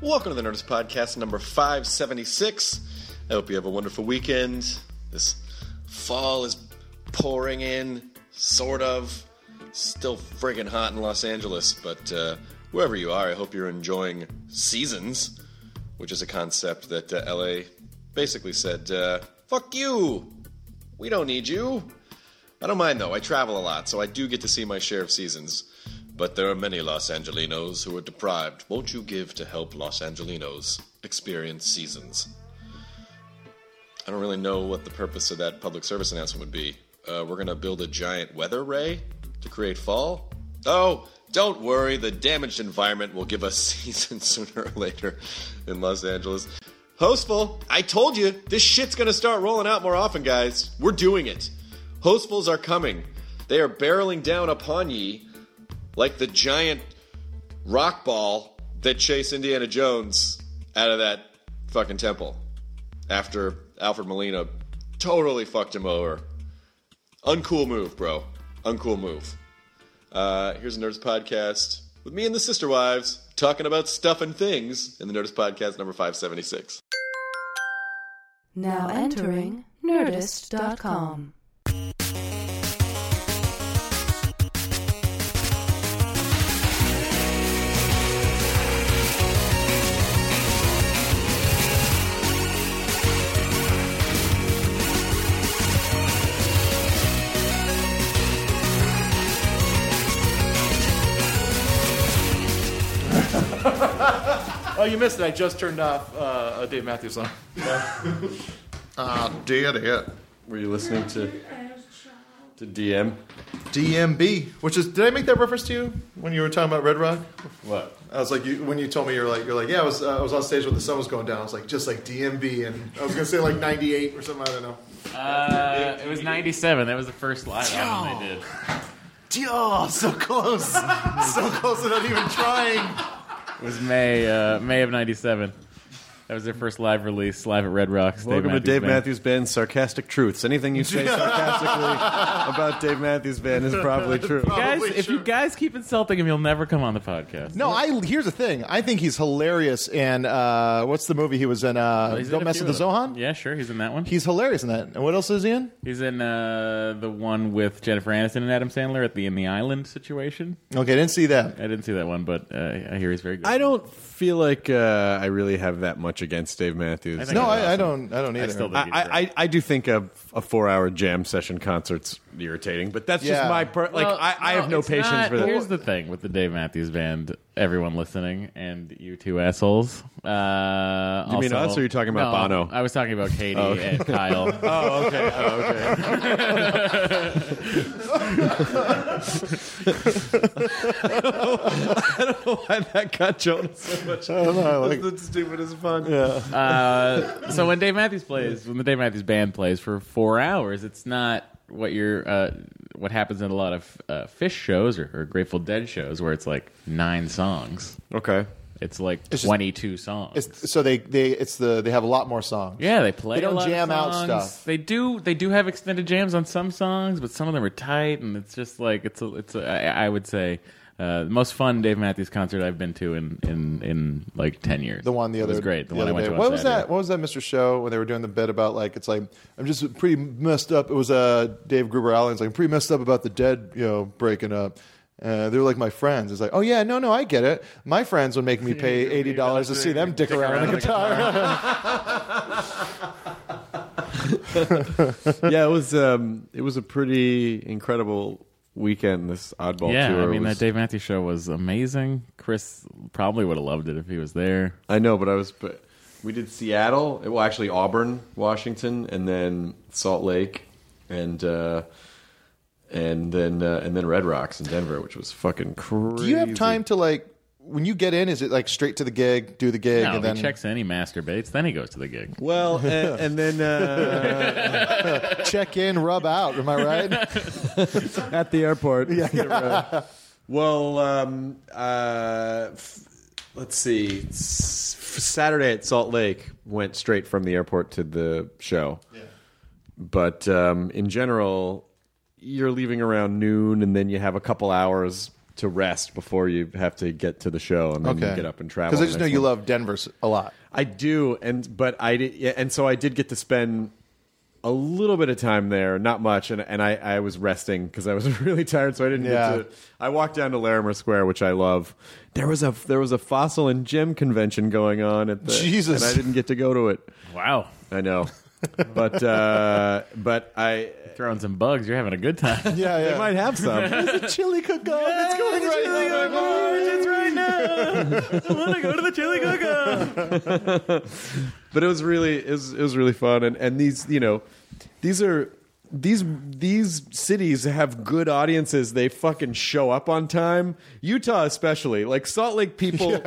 Welcome to the Nerdist Podcast number 576. I hope you have a wonderful weekend. This fall is pouring in, sort of. Still friggin' hot in Los Angeles, but uh, wherever you are, I hope you're enjoying seasons, which is a concept that uh, LA basically said, uh, fuck you! We don't need you! I don't mind though, I travel a lot, so I do get to see my share of seasons. But there are many Los Angelinos who are deprived. Won't you give to help Los Angelinos experience seasons? I don't really know what the purpose of that public service announcement would be. Uh, we're gonna build a giant weather ray to create fall? Oh, don't worry, the damaged environment will give us season sooner or later in Los Angeles. Hostful, I told you, this shit's gonna start rolling out more often, guys. We're doing it. Hostfuls are coming. They are barreling down upon ye like the giant rock ball that chased Indiana Jones out of that fucking temple after Alfred Molina totally fucked him over. Uncool move, bro. Uncool move. Uh, here's a Nerdist podcast with me and the Sister Wives talking about stuff and things in the Nerdist podcast number 576. Now entering Nerdist.com. Oh, you missed it. I just turned off uh, a Dave Matthews song. Ah, dear, dear. Were you listening to to DM? DMB, which is did I make that reference to you when you were talking about Red Rock? What? I was like, you, when you told me you're like, you're like, yeah, I was, uh, I was on stage when the sun was going down. I was like, just like DMB, and I was gonna say like '98 or something. I don't know. Uh, it was 97. That was the first live album they did. Oh, so close, so close without even trying. It was May uh, May of 97. That was their first live release, live at Red Rocks. Welcome to Dave Band. Matthews Band's Sarcastic Truths. Anything you say sarcastically about Dave Matthews Band is probably true. Guys, Probably if you true. guys keep insulting him, he'll never come on the podcast. No, I here's the thing. I think he's hilarious in uh, what's the movie he was in? Uh, He's in Don't a mess few with the of them. Zohan. Yeah, sure. He's in that one. He's hilarious in that. And what else is he in? He's in uh, the one with Jennifer Aniston and Adam Sandler at the In the Island situation. Okay, I didn't see that. I didn't see that one, but uh, I hear he's very good. I don't feel like uh, I really have that much against Dave Matthews. I think No, he's I, I awesome. don't. I don't either. still don't. I, I, I, I do think a, a four-hour jam session concert's irritating, but that's Yeah. just my per- like. Well, I, I have no it's patience not- for that. Here's the thing with the Dave Matthews Band, everyone listening, and you two assholes. Uh, You mean us, or you're talking about Bono? I was talking about Katie and Kyle. oh, okay. Oh, okay. I don't know why that got Jonas so much. I don't know. I like- That's stupid as fun. uh, so when Dave Matthews plays, when the Dave Matthews Band plays for four hours, it's not what you're uh, what happens in a lot of uh, Fish shows or, or Grateful Dead shows where it's like nine songs. Okay. It's like just- 22 songs. it's, so they they it's the they have a lot more songs. Yeah, they play. They don't a lot of jam out songs. stuff. They do. They do have extended jams on some songs, but some of them are tight, and it's just like it's a. It's a. I, I would say uh, the most fun Dave Matthews concert I've been to in in in like ten years. The one the It other was great. The, the one I other went day. to. on What was Saturday. that? What was that, Mr. Show? When they were doing the bit about like it's like I'm just pretty messed up. It was uh Dave Gruber Allen. It's like I'm pretty messed up about the dead, you know, breaking up. Uh, they're like my friends. It's like, oh yeah, no, no, I get it. My friends would make me pay eighty dollars to see them dick, around, on the guitar. yeah, it was um, it was a pretty incredible weekend. This oddball Yeah, tour. I mean was- that Dave Matthews show was amazing. Chris probably would have loved it if he was there. I know, but I was. But we did Seattle. Well, actually Auburn, Washington, and then Salt Lake, and uh, and then uh, and then Red Rocks in Denver, which was fucking crazy. Do you have time to like when you get in? Is it like straight to the gig, do the gig, No, and then he checks in, he masturbates, then he goes to the gig. Well, and, and then uh, check in, rub out? Am I right? at the airport. Well, um, uh, f- let's see. S- f- Saturday at Salt Lake went straight from the airport to the show. But um, in general, you're leaving around noon, and then you have a couple hours to rest before you have to get to the show and then you get up and travel. Because I the just know next you morning. love Denver s- a lot. I do, and but I did, yeah, and so I did get to spend a little bit of time there, not much, and and I, I was resting because I was really tired, so I didn't Yeah. get to. I walked down to Larimer Square, which I love. There was a there was a fossil and gem convention going on at the Jesus. and I didn't get to go to it. Wow. I know, but uh, but I Throwing some bugs. You're having a good time. Yeah, they might have some. There's a chili cook off. it's going right now. want to go to the chili cook but it was really it was, it was really fun and and these you know these are these these cities have good audiences they fucking show up on time utah especially like salt lake people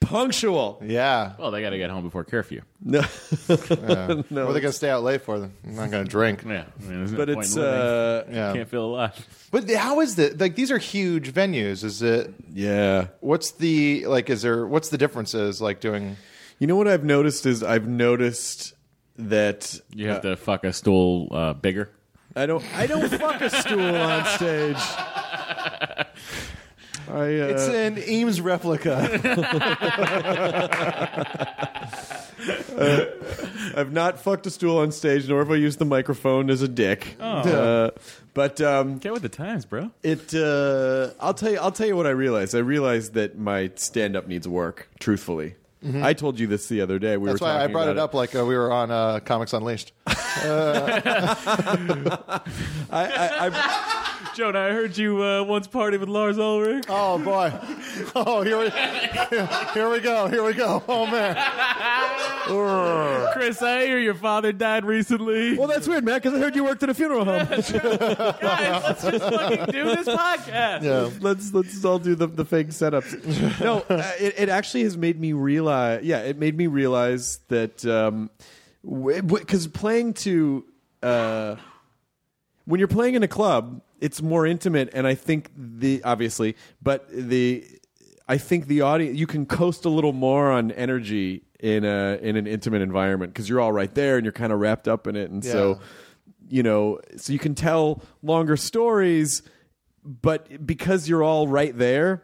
punctual Yeah. Well, they got to get home before curfew. no What are they going to stay out late for then? I'm not going to drink. Yeah. I mean, there's no but point it's in living. uh Yeah. Can't feel alive. But the- how is the like? These are huge venues. Is it? yeah What's the like? Is there? What's the differences like doing? you know what i've noticed is i've noticed that You have to fuck a stool uh, bigger. I don't. I don't fuck a stool on stage. I, uh, It's an Ames replica. I've not fucked a stool on stage, nor have I used the microphone as a dick. Uh, but um, Get with the times, bro. it, uh, I'll tell you. I'll tell you what I realized. I realized that my stand-up needs work. Truthfully, I told you this the other day. We Mm-hmm. That's were why I talking brought about it up like uh, we were on uh, Comics Unleashed. I, I, I, Jonah, I heard you uh, once party with Lars Ulrich. Oh boy! Oh here we here we go here we go. Oh man! Chris, I hear your father died recently. well, that's weird, man. Because I heard you worked at a funeral home. Guys, let's just fucking do this podcast. Yeah. let's let's all do the, the fake setups. No, uh, it, it actually has made me realize. Yeah, it made me realize that um, because playing to uh, when you're playing in a club, it's more intimate, and I think the obviously, but the I think the audience you can coast a little more on energy in a in an intimate environment because you're all right there and you're kind of wrapped up in it, and Yeah. so you know, so you can tell longer stories, but because you're all right there,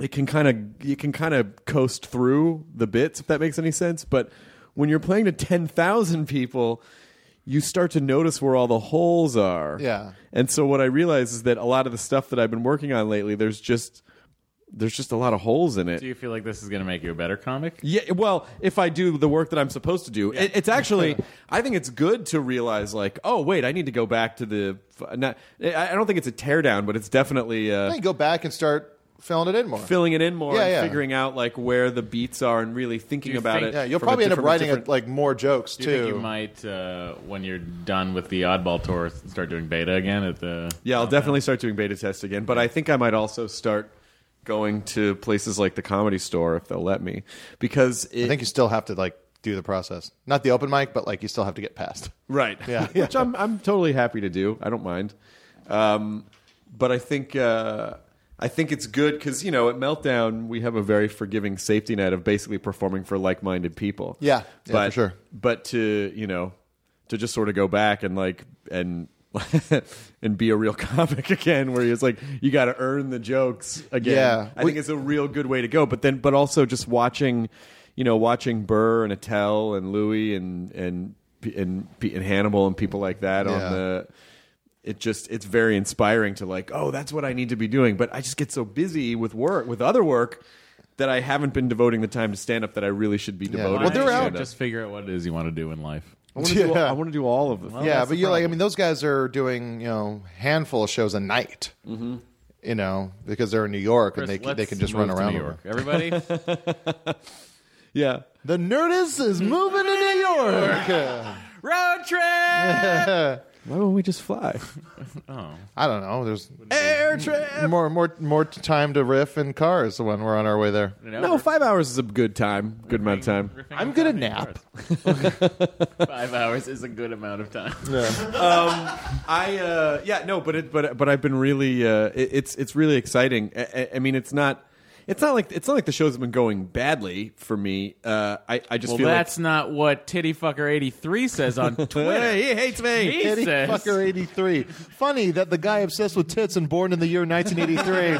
it can kind of you can kind of coast through the bits if that makes any sense. But when you're playing to ten thousand people, you start to notice where all the holes are. Yeah. And so what I realize is that a lot of the stuff that I've been working on lately, there's just there's just a lot of holes in it. Do you feel like this is going to make you a better comic? Yeah, well, if I do the work that I'm supposed to do, it, it's actually I think it's good to realize like, oh wait, I need to go back to the. f- Not, I I don't think it's a teardown, but it's definitely Then uh, you go back and start filling it in more. filling it in more, Yeah, and yeah. figuring out like where the beats are and really thinking you about think- it. yeah, you'll from a probably end up different- writing different- a, like more jokes Do you think too. you might, uh, when you're done with the oddball tour, start doing beta again at the? Yeah, I'll definitely start doing beta tests again, but I think I might also start going to places like the comedy store if they'll let me because it, I think you still have to like do the process, not the open mic, but like you still have to get past. Right. Yeah. Which I'm I'm totally happy to do. I don't mind. Um, but I think uh, I think it's good because you know at Meltdown we have a very forgiving safety net of basically performing for like-minded people. Yeah. Yeah, but, for sure. But to you know to just sort of go back and like and. and be a real comic again where it's like you got to earn the jokes again Yeah. i think it's a real good way to go but then but also just watching you know watching burr and attell and louis and and P- and P- and hannibal and people like that on Yeah. the it just it's very inspiring to like oh that's what i need to be doing but i just get so busy with work with other work that i haven't been devoting the time to stand up that i really should be devoting Well, to they're out. stand-up. Just figure out what it is you want to do in life. I want to do, Yeah. I wanna do all of them Oh, yeah, but you like I mean those guys are doing you know handful of shows a night. Mm-hmm. You know because they're in New York and they Chris, can- they let's can just move run to around. New over. York. Everybody, yeah The Nerdist is moving to New York. road trip. why don't we just fly I don't know. There's air trip more more more time to riff in cars when we're on our way there. no five hours is a good time good amount of time I'm gonna nap. Five hours is a good amount of time. I uh, yeah no, but it, but but I've been really uh, it, it's it's really exciting. I, I- I mean, it's not It's not like it's not like the show's been going badly for me. Uh, I I just Well, feel that's not what tittyfucker83 says on like Twitter. Hey, he hates me. He Eddie says- Fucker 83. Funny that the guy obsessed with tits and born in the year 1983.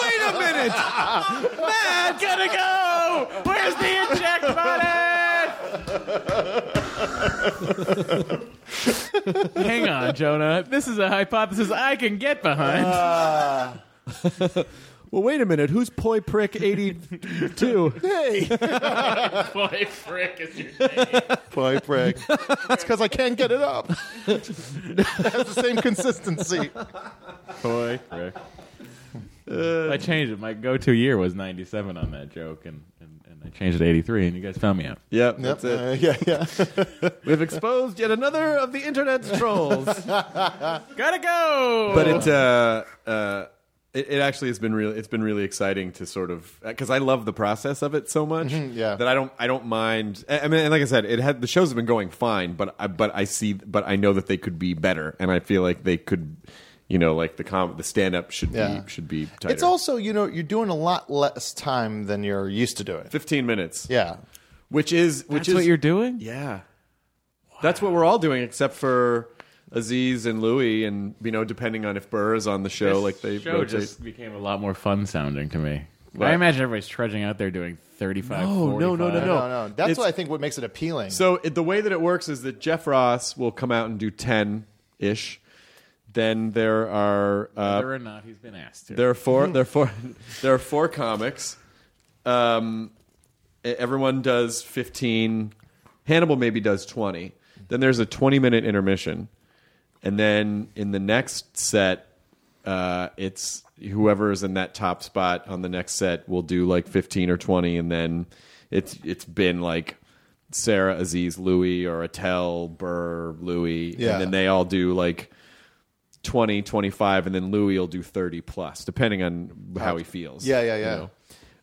Wait a minute, Matt, gotta go. Where's the inject money? Hang on, Jonah. This is a hypothesis I can get behind. Ah, Well, wait a minute. Who's Poi Prick eighty two? hey, Boy, frick is your boy, prick. It's because I can't get it up. it has the same consistency. toy. Frick. I changed it. My go-to year was '97 on that joke, and, and, and I changed it to '83, and you guys found me out. Yep, Yep. that's it. uh, yeah, yeah. We've exposed yet another of the internet's trolls. Gotta go. but it, uh, uh, it it actually has been really it's been really exciting to sort of because I love the process of it so much Mm-hmm, yeah. that I don't I don't mind I I mean and like I said it had the shows have been going fine but I, but I see but I know that they could be better and I feel like they could you know like the com- the stand up should Yeah. be should be tighter. It's also, you know, you're doing a lot less time than you're used to doing. 15 minutes Yeah. which is which That's is what you're doing. yeah that's what we're all doing except for Aziz and Louis and you know depending on if Burr is on the show This like they show rotate. just became a lot more fun sounding to me. Right. I imagine everybody's trudging out there doing 35. No, no, no, 45. no. No, no. That's It's- what I think what makes it appealing. So it, the way that it works is that Jeff Ross will come out and do ten ish. Then there are uh, Whether or not he's been asked to. there are four there are four there are four comics. Um, e- everyone does fifteen. Hannibal maybe does twenty. Then there's a twenty minute intermission, and then in the next set, uh, it's whoever is in that top spot on the next set will do like fifteen or twenty, and then it's it's been like. Sarah Aziz Louis or Attell Burr Louis Yeah. and then they all do like 20, 25, and then Louis will do 30 plus, depending on how he feels. Yeah, yeah, yeah.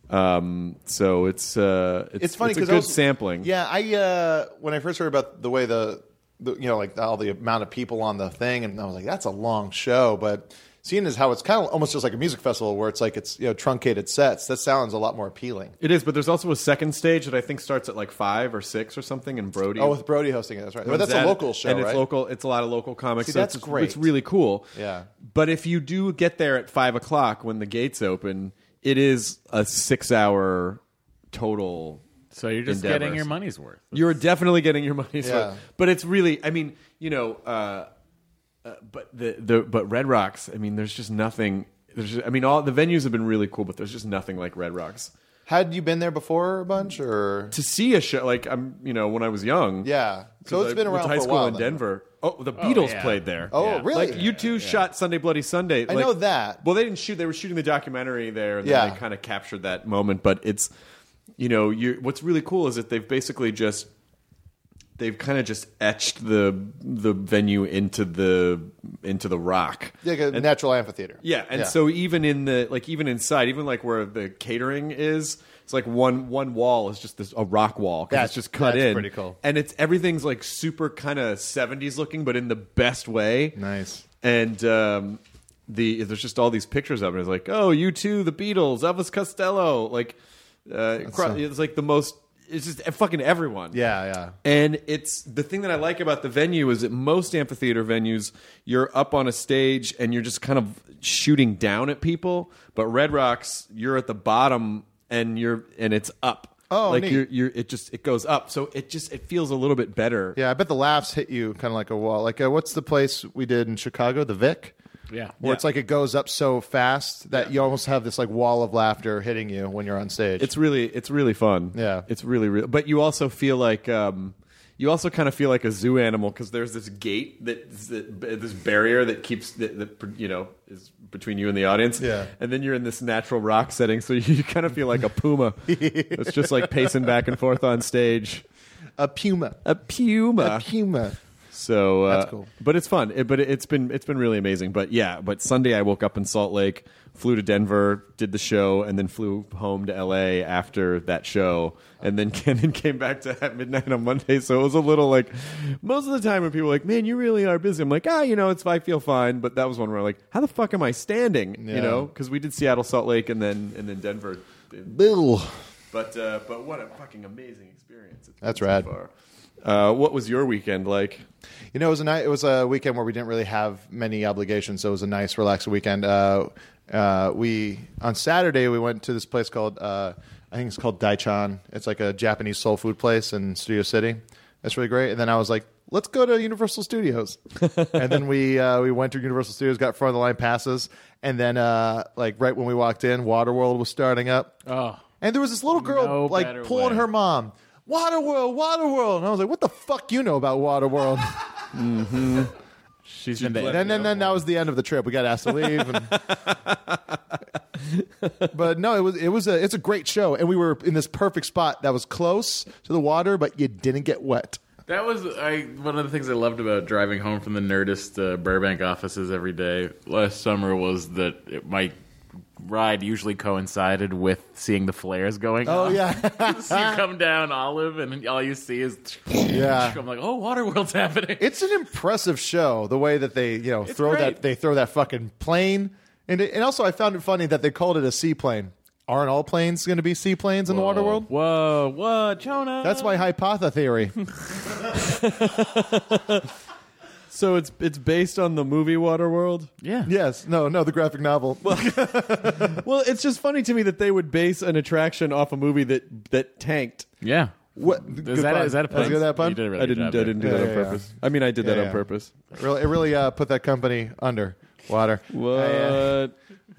know? Um, so it's, uh, it's, it's funny it's a because good sampling. Yeah, I uh, when I first heard about the way the, the you know like all the amount of people on the thing, and I was like, that's a long show. But seeing as how it's kind of almost just like a music festival where it's like it's you know truncated sets, that sounds a lot more appealing. It is, but there's also a second stage that I think starts at like five or six or something, and Brody. Oh, with Brody hosting it, that's right. But runs that's a that, local show, and right? it's local. It's a lot of local comics. See, so that's it's, great. It's really cool. Yeah. But if you do get there at five o'clock when the gates open, it is a six-hour total so you're just endeavors. getting your money's worth. You're definitely getting your money's Yeah. worth. But it's really, I mean, you know, uh, uh, but the, the but Red Rocks, I mean, there's just nothing. There's, just, I mean, all the venues have been really cool, but there's just nothing like Red Rocks Had you been there before a bunch, or to see a show. Like I'm, you know, when I was young, yeah? So 'cause it's I been went to around high for a school while. in then. Denver. Oh, the Beatles yeah. played there. Oh, Yeah. really? Like you two shot Sunday Bloody Sunday. I like- know that. Well, they didn't shoot. They were shooting the documentary there, and Yeah. then they kind of captured that moment. But it's, you know, you. What's really cool is that they've basically just, they've kind of just etched the the venue into the into the rock. like a And- natural amphitheater. yeah, and so even in the like even inside, even like where the catering is, it's like one one wall is just this a rock wall because That's- it's just cut that's in. pretty cool. and it's everything's like super kind of seventies looking, but in the best way. Nice. And um, the there's just all these pictures of it. It's like oh, you two, the Beatles, Elvis Costello, like uh, cro- so- it's like the most. It's just fucking everyone. yeah, yeah. And it's the thing that I like about the venue is that most amphitheater venues, you're up on a stage and you're just kind of shooting down at people. But Red Rocks, you're at the bottom and you're and it's up. Oh, like neat. you're, you're it just it goes up. So it just it feels a little bit better. Yeah, I bet the laughs hit you kind of like a wall. Like, uh, what's the place we did in Chicago? The Vic. Yeah. Where it's like it goes up so fast that you almost have this like wall of laughter hitting you when you're on stage. It's really it's really fun. Yeah. it's really real. But you also feel like um, you also kind of feel like a zoo animal because there's this gate that, that this barrier that keeps that, that you know is between you and the audience. Yeah. and then you're in this natural rock setting, so you kind of feel like a puma. it's just like pacing back and forth on stage. a puma. A puma. A puma. So uh, That's cool. But it's fun. It, but it, it's been it's been really amazing. But yeah, but Sunday I woke up in Salt Lake, flew to Denver, did the show, and then flew home to L.A. after that show, and then and then came back to at midnight on Monday. So it was a little like most of the time when people are like, "Man, you really are busy." I'm like, "Ah, you know, it's I feel fine." But that was one where I'm like, "How the fuck am I standing?" You Yeah. know, because we did Seattle, Salt Lake, and then and then Denver. Bill. But uh, but what a fucking amazing experience! It's been That's so rad. far. Uh, what was your weekend like? You know, it was a night. It was a weekend where we didn't really have many obligations, so it was a nice, relaxed weekend. Uh, uh, we on Saturday we went to this place called uh, I think it's called Daichan. It's like a Japanese soul food place in Studio City. That's really great. And then I was like, let's go to Universal Studios. and then we uh, we went to Universal Studios, got front of the line passes, and then uh, like right when we walked in, Waterworld was starting up. Oh. And there was this little girl No better like pulling way. her mom, Waterworld, Waterworld. And I was like, what the fuck you know about Waterworld? She's been And then, then, then that was the end of the trip. We got asked to leave. and- but no, it was it was a it's a great show, and we were in this perfect spot that was close to the water, but you didn't get wet. That was I, one of the things I loved about driving home from the Nerdist uh, Burbank offices every day last summer was that it, my ride usually coincided with seeing the flares going Oh off. yeah, so you come down Olive and all you see is yeah. I'm like, oh, Waterworld's happening. It's an impressive show the way that they you know throw great. that they throw that fucking plane, and it- and also I found it funny that they called it a seaplane. Aren't all planes going to be seaplanes in the water world? Whoa, Oh. whoa, Jonah. That's my hypotha theory. So it's it's based on the movie Waterworld. yeah. yes, no, no, the graphic novel. Well, it's just funny to me that they would base an attraction off a movie that that tanked. Yeah. what Is that, is that a pun? Good that pun? You did a really I good didn't I job there. didn't do Yeah, that on yeah, purpose. I mean, I did that Yeah, on yeah. purpose. really, it really uh, put that company under water. What? I, uh,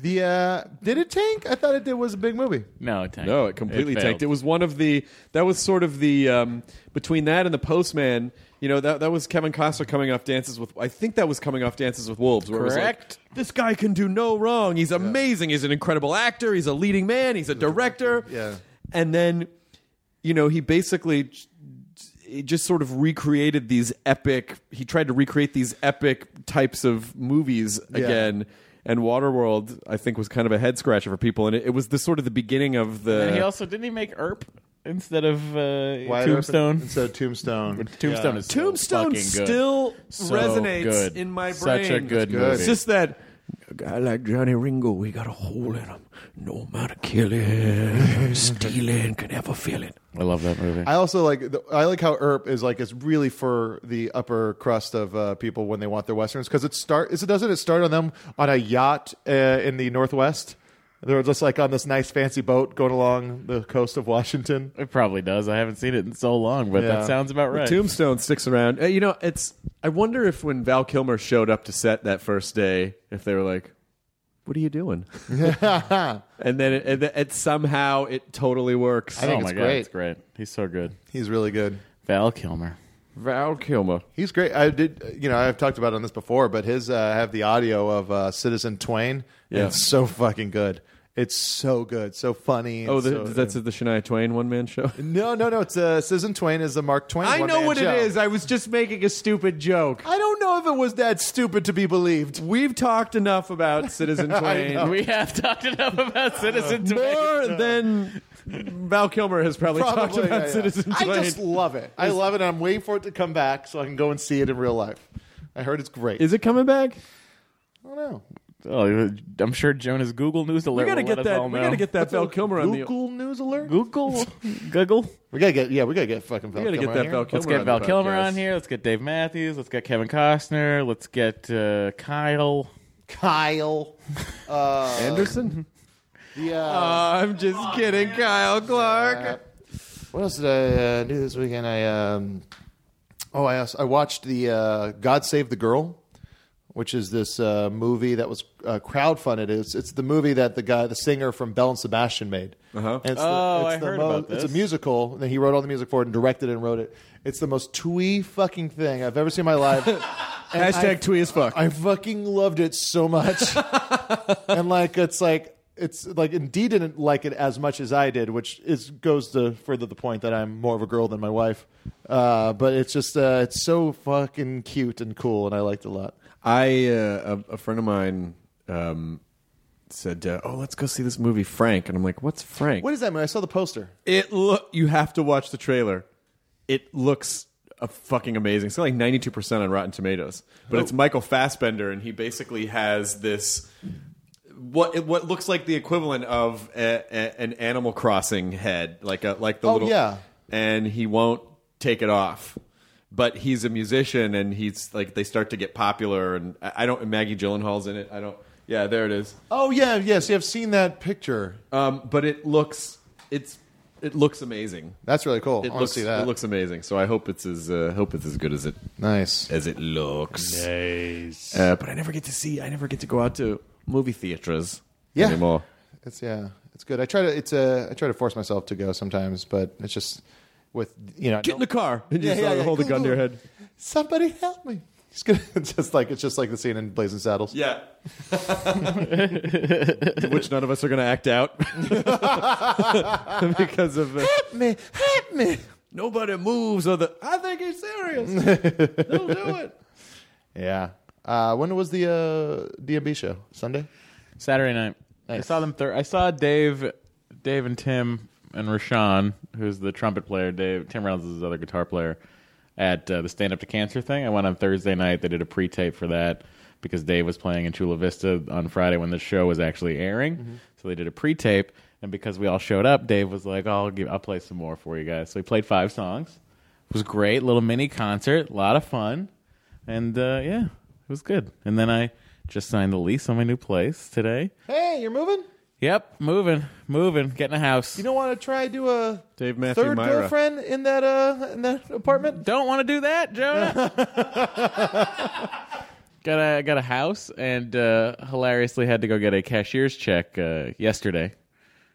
the uh, did it tank? I thought it did was a big movie. No, it tanked. No, it completely failed. tanked. It was one of the that was sort of the um, between that and the Postman. You know that that was Kevin Costner coming off Dances with. I think that was coming off Dances with Wolves. Where It was Correct. like, this guy can do no wrong. He's amazing. He's an incredible actor. He's a leading man. He's a director. Yeah. And then, you know, he basically j- he just sort of recreated these epic. He tried to recreate these epic types of movies again. And Waterworld, I think, was kind of a head scratcher for people, and it, it was the sort of the beginning of the. And he also didn't he make Erp instead of uh, Wide Tombstone. Open, instead of Tombstone. Tombstone is so Tombstone fucking good. still So resonates good. in my brain. Such a good good. movie. It's just that A guy like Johnny Ringo, we got a hole in him. No amount of killing, stealing can ever fill it. I love that movie. I also like the, I like how ERP is like it's really for the upper crust of uh, people when they want their westerns because it start is it doesn't it start on them on a yacht uh, in the northwest. They're just like on this nice fancy boat going along the coast of Washington. It probably does. I haven't seen it in so long, but Yeah. that sounds about right. Tombstone sticks around. Uh, you know, it's. I wonder if when Val Kilmer showed up to set that first day, if they were like, "What are you doing?" and then it, it, it somehow it totally works. think oh my it's god, great. it's great. He's so good. He's really good. Val Kilmer. Val Kilmer. He's great. I did, you know, I've talked about it on this before, but his uh, I have the audio of uh, Citizen Twain. Yeah, Yeah. it's so fucking good. It's so good, so funny. Oh, It's the, so- that's the Shania Twain one man show. no, no, no. It's uh, Citizen Twain is the Mark Twain. I know one-man what show. it is. I was just making a stupid joke. I don't know if it was that stupid to be believed. We've talked enough about Citizen Twain. We have talked enough about Citizen Twain. Oh. More than Val Kilmer has probably, talked Probably, about yeah, yeah. Citizen Twain. I just love it. I love it. and I'm waiting for it to come back so I can go and see it in real life. I heard it's great. Is it coming back? I don't know. Oh, I'm sure Jonah's Google News alert. We gotta will get let us that. all We know. gotta get that Val Kilmer on the. Google News alert. Google. Google. We gotta get yeah. We gotta get fucking. We gotta get that Val Kilmer. Let's get on Val the Kilmer podcast. on here. Let's get Dave Matthews. Let's get Kevin Costner. Let's get uh, Kyle. Kyle. Uh, Anderson. yeah. I'm just kidding, Kyle Clark. What else did I uh, do this weekend? I um, oh, I also, I watched the uh, God Save the Girl, which is this uh, movie that was uh, crowdfunded. It's it's the movie that the guy, the singer from Bell and Sebastian, made. Uh-huh. And it's Oh, I heard about It's a this. musical. And he wrote all the music for it and directed it and wrote it. It's the most twee fucking thing I've ever seen in my life. And I- Hashtag twee as fuck. I fucking loved it so much. and like it's like it's like and Dee didn't like it as much as I did, which is goes to further the point that I'm more of a girl than my wife. Uh, but it's just uh, it's so fucking cute and cool, and I liked it a lot. I uh, a, a friend of mine um, said, uh, "Oh, let's go see this movie, Frank." And I'm like, "What's Frank?" What is that movie? I saw the poster. It look you have to watch the trailer. It looks a fucking amazing. It's got like 92% on Rotten Tomatoes. But it's Michael Fassbender and he basically has this what what looks like the equivalent of a, a- an Animal Crossing head, like a like the Oh, little yeah. and he won't take it off. But he's a musician and he's like they start to get popular and I I don't Maggie Gyllenhaal's in it. I don't Yeah, there it is. Oh yeah, yes, I've seen that picture. Um, but it looks it's it looks amazing. That's really cool. It I wanna looks see that. it looks amazing. So I hope it's as uh, hope it's as good as it nice. as it looks. Uh, but I never get to see. I never get to go out to movie theaters Yeah. anymore. It's yeah, it's good. I try to it's uh, I try to force myself to go sometimes, but it's just with you know I Get in don't- the car. And Yeah, just yeah, uh, yeah. hold a Go, gun to go. your head. somebody help me. It's, good. it's just like it's just like the scene in Blazing Saddles. Yeah. Which none of us are going to act out because of uh, Help me, help me. nobody moves. Or the I think you're serious. Don't do it. Yeah. Uh, when was the uh, DMB show? Sunday. Saturday night. I Nice. saw them. Thir- I saw Dave, Dave and Tim and Rashawn, who's the trumpet player. Dave Tim Reynolds is his other guitar player at uh, the Stand Up to Cancer thing. I went on Thursday night. They did a pre-tape for that because Dave was playing in Chula Vista on Friday when the show was actually airing. So they did a pre-tape, and because we all showed up, Dave was like, "Oh, "I'll give, I'll play some more for you guys." So he played five songs. It was great. Little mini concert. A lot of fun. And uh, yeah, it was good. And then I just signed the lease on my new place today. Hey, you're moving. Yep, moving, moving, getting a house. You don't want to try do a Dave Matthew third Myra. girlfriend in that uh in that apartment. don't want to do that, Jonah. got a got a house, and uh, hilariously had to go get a cashier's check uh, yesterday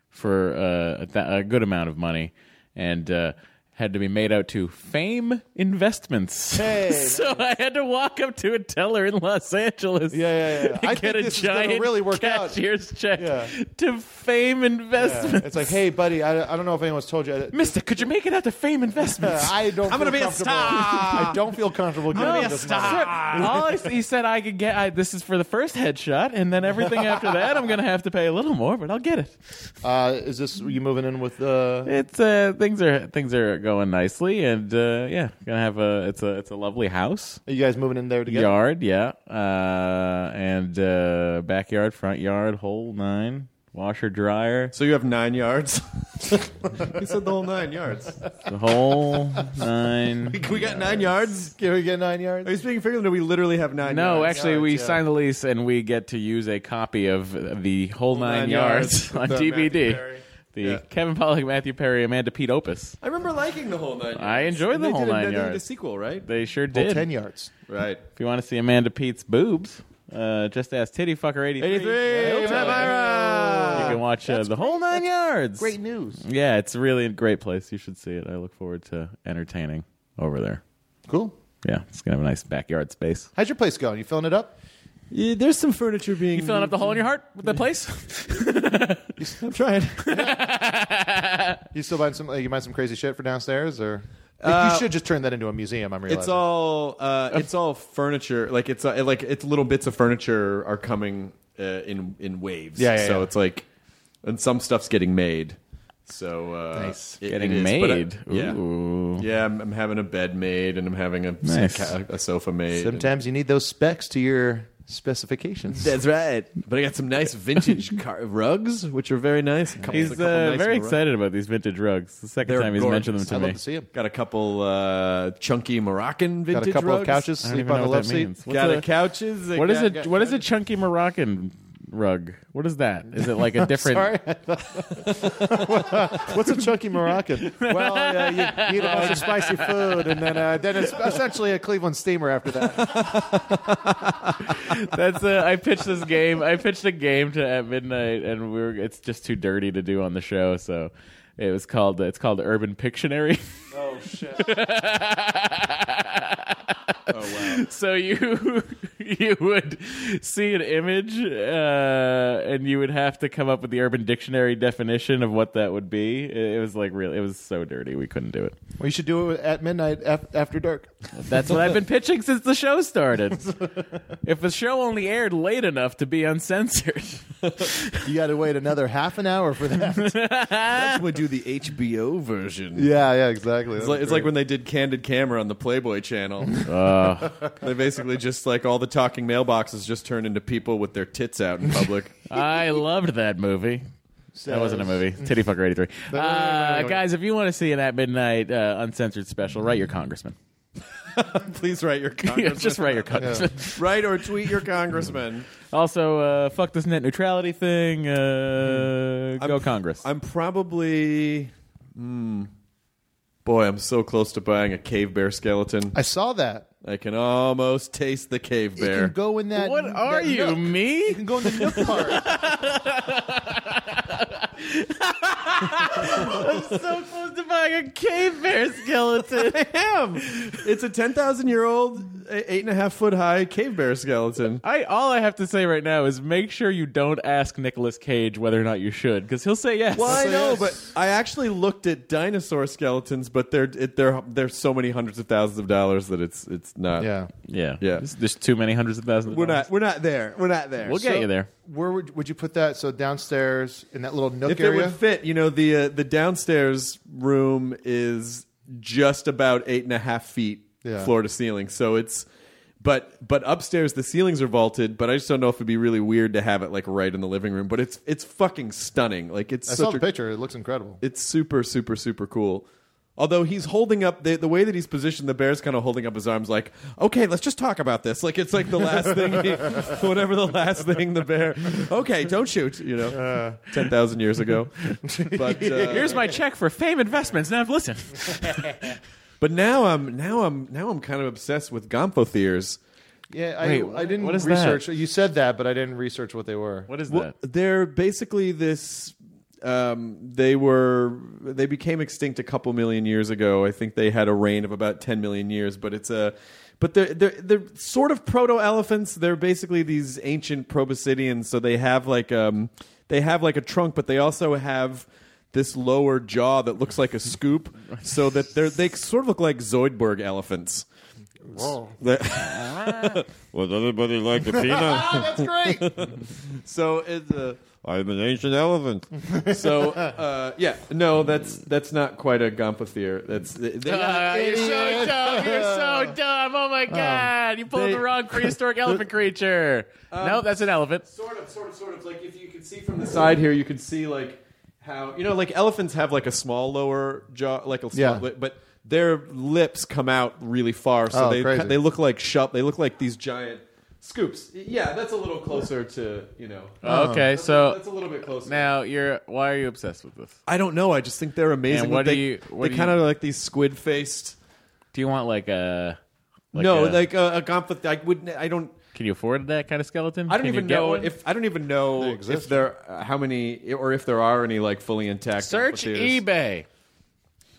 for uh, a, th- a good amount of money, and uh, had to be made out to Fame Investments. so I had to walk up to a teller in Los Angeles. yeah, yeah. and I get think a this is gonna giant really work out. cashier's check Yeah. to Fame Investments. It's like, hey, buddy, I, I don't know if anyone's told you. I- Mister, could you make it out to Fame Investments? I don't. I'm gonna feel be a comfortable- star. I don't feel comfortable giving No, you this money. All I, he said I could get I, this is for the first headshot, and then everything after that I'm gonna have to pay a little more, but I'll get it. Uh, is this you moving in with? Uh, It's uh, things are things are going nicely, and uh, yeah, gonna have a it's a it's a lovely house, are you guys moving in there together? yard, yeah, uh, and uh, backyard, front yard, whole nine, washer dryer, So you have nine yards. he said the whole nine yards. the whole nine. We got nine yards. Can we get nine yards? Are you speaking figuratively? We literally have nine. No, yards. actually, we signed the lease and we get to use a copy of the whole nine, Nine yards, Yards, on the DVD. Matthew Perry. The Yeah. Kevin Pollak, Matthew Perry, Amanda Pete Opus. I remember liking the whole nine. Yards. I enjoyed And the they whole did a- nine they did a yards. sequel, right? They sure Well, did. ten yards. Right. if you want to see Amanda Pete's boobs, uh, just ask Titty Fucker 83. 83, Matt You Myra. can watch uh, the whole nine yards. Great news. Yeah, it's really a great place. You should see it. I look forward to entertaining over there. Cool. Yeah, it's going to have a nice backyard space. How's your place going? You filling it up? Yeah, there's some furniture being. You filling up the hole in your heart with the place? I'm trying. You still buying some? uh, You buying some crazy shit for downstairs, or Uh, you should just turn that into a museum? I'm realizing It's all. Uh, it's all furniture. Like it's uh, like it's little bits of furniture are coming uh, in in waves. Yeah, yeah, so yeah. it's like, and some stuff's getting made. So uh, Nice. it- Getting it is, but, uh, made. yeah. Ooh. Yeah, I'm, I'm having a bed made, and I'm having a Nice. ca- a sofa made. and- Sometimes you need those specs to your specifications. That's right. But I got some nice vintage car- rugs, which are very nice. A couple- He's a uh, couple nice very rugs. excited about these vintage rugs. The second They're time he's gorgeous. mentioned I'd them to love me. to see him. Got a couple uh, chunky Moroccan Got vintage a couple rugs. of couches. I don't Sleep even on know the what love that seat. means. What's Got a- a, couches. What is got- it? got- What is a chunky Moroccan rug? What is that? Is it like a different? Sorry. What's a chunky Moroccan? well, uh, you you eat a bunch of spicy food, and then uh, then it's essentially a Cleveland steamer after that. That's a, I pitched this game. I pitched a game to at midnight, and we were. It's just too dirty to do on the show, so it was called. It's called Urban Pictionary. Oh shit! oh wow! So you you would see an image uh, and you would have to come up with the Urban Dictionary definition of what that would be. It, it was like really, it was so dirty we couldn't do it. Well, you should do it at midnight af- after dark. That's what I've been pitching since the show started. if the show only aired late enough to be uncensored, You got to wait another half an hour for that. We do the HBO version. yeah, yeah, exactly. It's like, it's like when they did Candid Camera on the Playboy channel. Uh. they basically just like all the talking mailboxes just turned into people with their tits out in public. I loved that movie. That wasn't a movie. Titty Fucker 83. Uh, guys, if you want to see an At Midnight uh, uncensored special, write your congressman. Please write your Yeah, congressman. Just write your congressman. write or tweet your congressman. Also, uh, fuck this net neutrality thing. Uh, go Congress. Mm-hmm. I'm probably. hmm, boy, I'm so close to buying a cave bear skeleton. I saw that. I can almost taste the cave You bear. can go in that. what are that you, nook. You me? can go in the nook part. so close to buying a cave bear skeleton. I am. It's a 10,000 year old, eight and a half foot high cave bear skeleton. I all I have to say right now is make sure you don't ask Nicolas Cage whether or not you should, because he'll say yes. Well, I know, but I actually looked at dinosaur skeletons, but they're it, they're they're so many hundreds of thousands of dollars that it's it's not. yeah. Yeah, Yeah. There's, there's too many hundreds of thousands. of we're dollars. not we're not there. We're not there. We'll get So- you there. Where would, would you put that? So downstairs in that little nook if it area. would fit, you know, the uh, the downstairs room is just about eight and a half feet Yeah. floor to ceiling, so it's. But but upstairs the ceilings are vaulted, but I just don't know if it'd be really weird to have it like right in the living room. But it's it's fucking stunning. Like it's I such saw the a, picture. It looks incredible. It's super, super, super cool. Although he's holding up the, the way that he's positioned, the bear's kind of holding up his arms, like, okay, let's just talk about this. Like it's like the last thing, he, whatever the last thing the bear. Okay, don't shoot. You know, ten thousand years ago. But uh, Here's my check for Fame Investments. Now listen. but now I'm now I'm now I'm kind of obsessed with gomphotheres. Yeah, I, Wait, I didn't what is research. You said that, but I didn't research what they were. What is Well, that? they're basically this. Um, they were they became extinct a couple million years ago. I think they had a reign of about ten million years, but it's a but they're they're, they're sort of proto elephants. They're basically these ancient proboscideans. So they have like um they have like a trunk, but they also have this lower jaw that looks like a scoop. So that they're they sort of look like Zoidberg elephants. Would anybody like a peanut? Ah, So uh, it's a I'm an ancient elephant. So uh, yeah, no, that's that's not quite a gomphotheer. That's they, they- Uh, you're so dumb. You're so dumb. Oh my god! You pulled They- the wrong prehistoric elephant creature. no, that's an elephant. sort of, sort of, sort of. Like if you could see from the side here, you could see like how you know, like elephants have like a small lower jaw, like a small, Yeah. lip, but their lips come out really far, so Oh, they crazy. they look like shut. They look like these giant scoops. Yeah, that's a little closer to you know. okay, That's a- so that's a little bit closer. now you're. Why are you obsessed with this? I don't know. I just think they're amazing. And what they, do you- what they do you- kind of like these squid faced. Do you want like a? Like no, a- like a, a gomphoth. I would. not I don't. Can you afford that kind of skeleton? I don't Can you even get know one? if I don't even know if there uh, how many or if there are any like fully intact. search amphitheaters. eBay.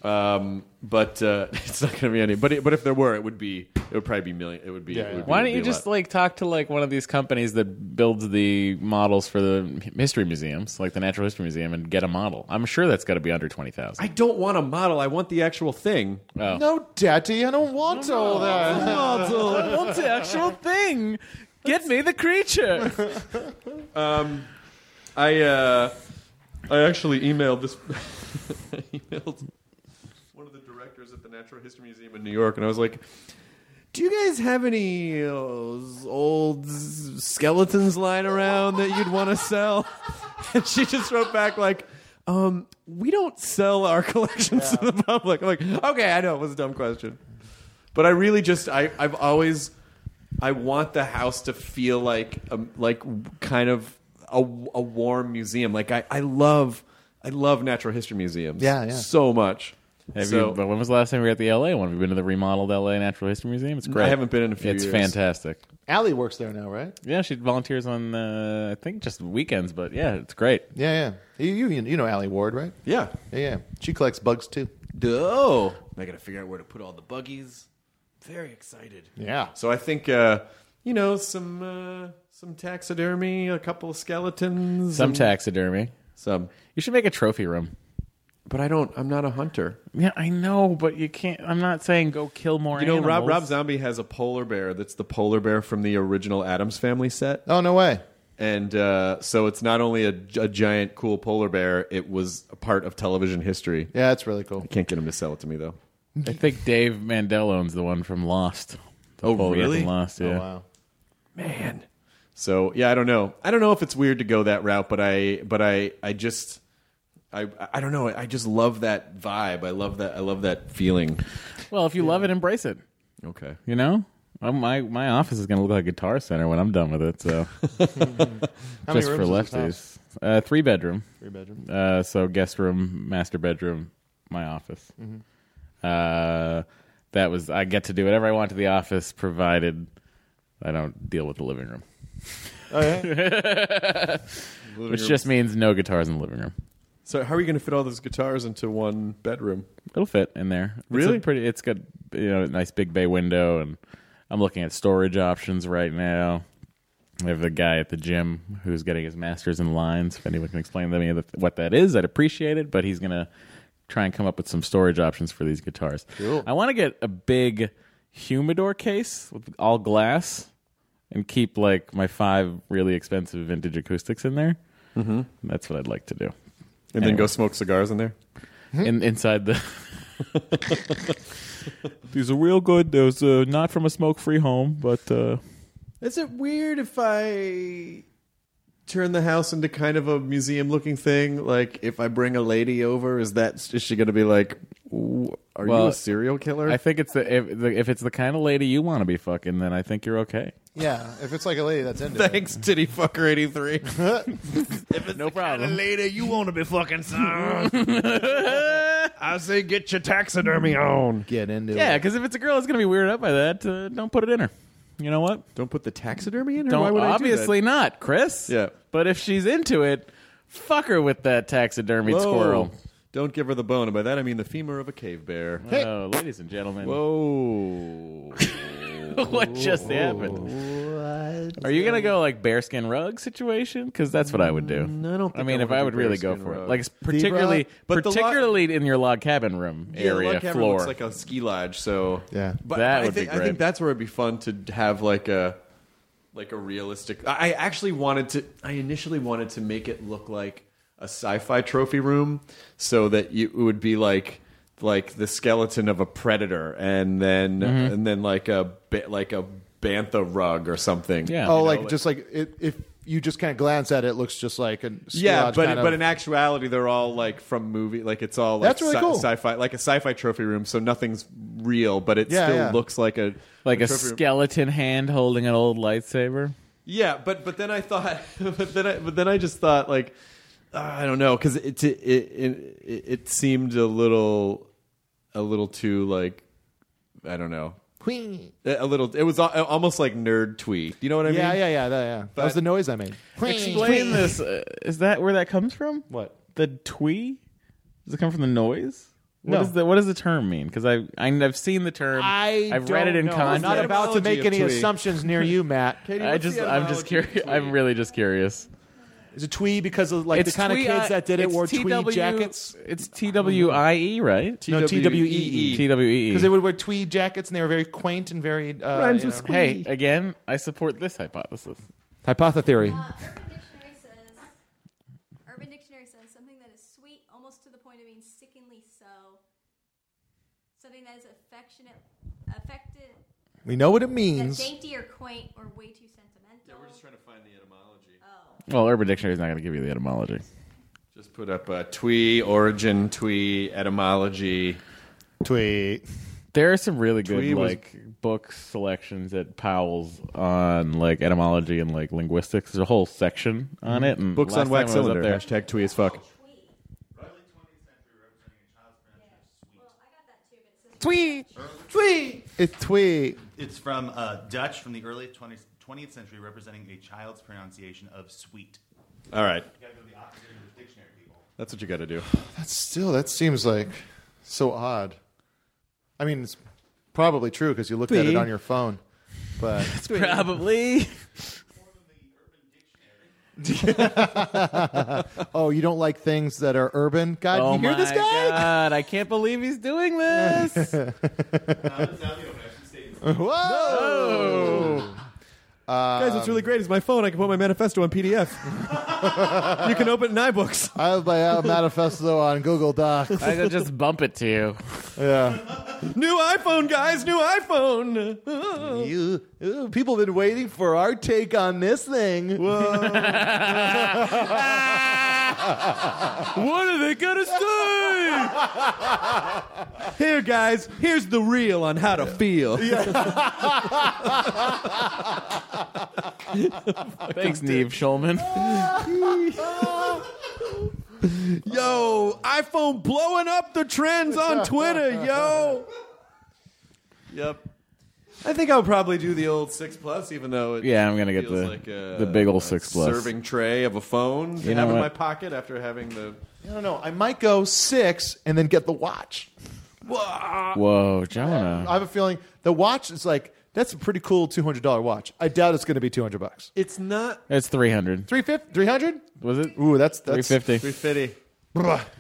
Um, but uh, it's not going to be any. But it, but if there were, it would be it would probably be million. It would be. it would be- Why it don't would you be a just lot. like talk to like one of these companies that builds the models for the history museums, like the Natural History Museum, and get a model? I'm sure that's got to be under twenty thousand. I don't want a model. I want the actual thing. No, Daddy, I don't want all that. I want the actual thing. Get me the creature. Um, I uh, I actually emailed this. I emailed one of the directors at the Natural History Museum in New York, and I was like, "Do you guys have any uh, old s- skeletons lying around that you'd want to sell?" And she just wrote back like. Um, we don't sell our collections to the public. I'm like, okay, I know it was a dumb question, but I really just I I've always I want the house to feel like a, like kind of a, a warm museum. Like I, I love I love natural history museums. Yeah, yeah. so much. Have So- you, but when was the last time we were at the LA one? Have you been to the remodeled LA Natural History Museum? It's great. I haven't been in a few It's years. fantastic. Allie works there now, right? Yeah, she volunteers on uh, I think just weekends, but yeah, it's great. Yeah, yeah. You you, you know Allie Ward, right? yeah. Yeah, yeah. She collects bugs too. Oh, I gotta figure out where to put all the buggies. Very excited. Yeah. So I think uh, you know, some uh, some taxidermy, a couple of skeletons, Some and- taxidermy. Some. You should make a trophy room. But I don't. I'm not a hunter. Yeah, I know, but you can't. I'm not saying go kill more. You know, Rob animals. Rob Zombie has a polar bear that's the polar bear from the original Adams Family set. Oh no way! And uh, so it's not only a, a giant cool polar bear; it was a part of television history. Yeah, it's really cool. I can't get him to sell it to me though. I think Dave Mandel owns the one from Lost. The Oh, polar bear really? From Lost. Oh, Yeah. wow. Man. So yeah, I don't know. I don't know if it's weird to go that route, but I but I I just I I don't know. I just love that vibe. I love that I love that feeling. Well, if you love it, embrace it. Okay. You know, i my my office is going to look like a Guitar Center when I'm done with it. So, How many just for rooms is this lefties, house? uh, three bedroom, Three bedroom. Uh, so guest room, master bedroom, my office. Mhm. Uh, that was I get to do whatever I want to the office, provided I don't deal with the living room. Oh, yeah? Living Which room. just means no guitars in the living room. So how are you going to fit all those guitars into one bedroom? It'll fit in there. Really? It's a pretty. It's got you know a nice big bay window, and I'm looking at storage options right now. I have the guy at the gym who's getting his master's in lines. If anyone can explain to me that- what that is, I'd appreciate it. But he's gonna try and come up with some storage options for these guitars. Cool. I want to get a big humidor case with all glass and keep like my five really expensive vintage acoustics in there. Mhm. That's what I'd like to do. And then go smoke cigars in there. In, inside the. These are real good. Those uh, not from a smoke-free home, but uh, Is it weird if I turn the house into kind of a museum looking thing? Like if I bring a lady over, is that is she going to be like, "Ooh, "Are you Well, a serial killer?" I think it's the if, the if it's the kind of lady you want to be fucking, then I think you're okay. Yeah, if it's like a lady that's into Thanks, titty fucker eighty three. no problem. later, you want to be fucking son. I say, get your taxidermy on. Get into Yeah, because if it's a girl that's gonna be weirded out by that, uh, don't put it in her. You know what? Don't put the taxidermy in her? Don't, Why would I do obviously that? not, Chris. Yeah. But if she's into it, fuck her with that taxidermied Whoa. squirrel. Don't give her the bone, and by that I mean the femur of a cave bear. Oh, ladies and gentlemen. Whoa. what just happened? Are you gonna go like bearskin rug situation? Because that's what I would do. Mm, I don't. I mean, if I would really go for it, like it's particularly, But the lo- particularly in your log cabin room Yeah, the area log cabin floor. looks like a ski lodge. So Yeah. but That I would be think, I great. think that's where it'd be fun to have like a like a realistic. I I actually wanted to. I initially wanted to make it look like a sci-fi trophy room, so that you, it would be like like the skeleton of a predator, and then Mhm. Mm-hmm. and then like a ba- like a bantha rug or something. Oh, You know, like just like it, if you just kind of glance at it, it looks just like an yeah, but but in actuality, they're all like from movie, like it's all like That's really sci- cool. sci-fi, like a sci-fi trophy room. So nothing's real, but it Yeah, still yeah. looks like a like a trophy room. skeleton hand holding an old lightsaber. Yeah, but but then I thought, but then I, but then I just thought like, uh, I don't know, because it it, it it it seemed a little, a little too like, I don't know, Whee. a little. It was al- almost like nerd twee. You know what I Yeah, mean? yeah, yeah, that- yeah. That was the noise I made. Explain this. Uh, is that where that comes from? What the twee? Does it come from the noise? What No. is the what does the term mean? Because I I- I've seen the term. I have read it don't in know. I'm context. not about to make any assumptions near you, Matt. Katie, I what's just the I'm just etymology of curious. I'm really just curious. Is it twee because of like It's the kind twee- of kids that did it it's wore TW tweed jackets? It's T W I E, right? No, T W E E. T W E E. Because they would wear tweed jackets and they were very quaint and very. Uh, you know. Hey, again, I support this hypothesis. Hypotha theory. Uh, Urban Dictionary says something that is sweet, almost to the point of being sickeningly so. Something that is affectionate, affected, We know what it that means. dainty or quaint or way too sentimental. Yeah, we're just trying to find the etymology. Well, Urban Dictionary is not going to give you the etymology. Just put up a twee origin, twee etymology. Tweet. There are some really good Twee was- like book selections at Powell's on like etymology and like linguistics. There's a whole section Mm-hmm. on it. And Books last on wax time I was up cylinder. there- Hashtag twee as fuck. Tweet. Tweet. It's twee. It's from uh, Dutch from the early 20th, 20th century, representing a child's pronunciation of sweet. All right. You gotta go the opposite end of the dictionary. That's what you got to do. That's still that seems like so odd. I mean, it's probably true because you looked at it Twee. on your phone. But Probably. oh, you don't like things that are urban? God, oh you hear my this guy? god! I can't believe he's doing this. Uh, Whoa! Guys, what's really great is my phone. I can put my manifesto on PDF. you can open it in iBooks. I have my uh, manifesto on Google Docs. I could just bump it to you. Yeah. New iPhone, guys. New iPhone. You, ooh, people have been waiting for our take on this thing. what are they gonna say? Here, guys. Here's the reel on how to feel. Thanks, Neve Schulman. yo, iPhone blowing up the trends on Twitter. Yo. Yep. I think I'll probably do the old six plus, even though it Yeah, I'm gonna get feels the- like uh, a, the big ol' a 6 plus. serving tray of a phone to You know have in what? my pocket after having the I don't know. I might go six and then get the watch. Whoa, Jonah. I have a feeling the watch is like that's a pretty cool two hundred dollar watch. I doubt it's going to be two hundred bucks. It's not It's three hundred. Three fifty, three hundred. Was it? Ooh, that's, that's 350. fifty.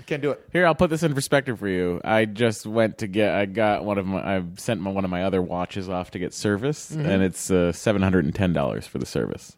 Can't do it. Here, I'll put this in perspective for you. I just went to get. I got one of my. I sent my, one of my other watches off to get serviced, Mm-hmm. Mhm. and it's uh, seven hundred and ten dollars for the service.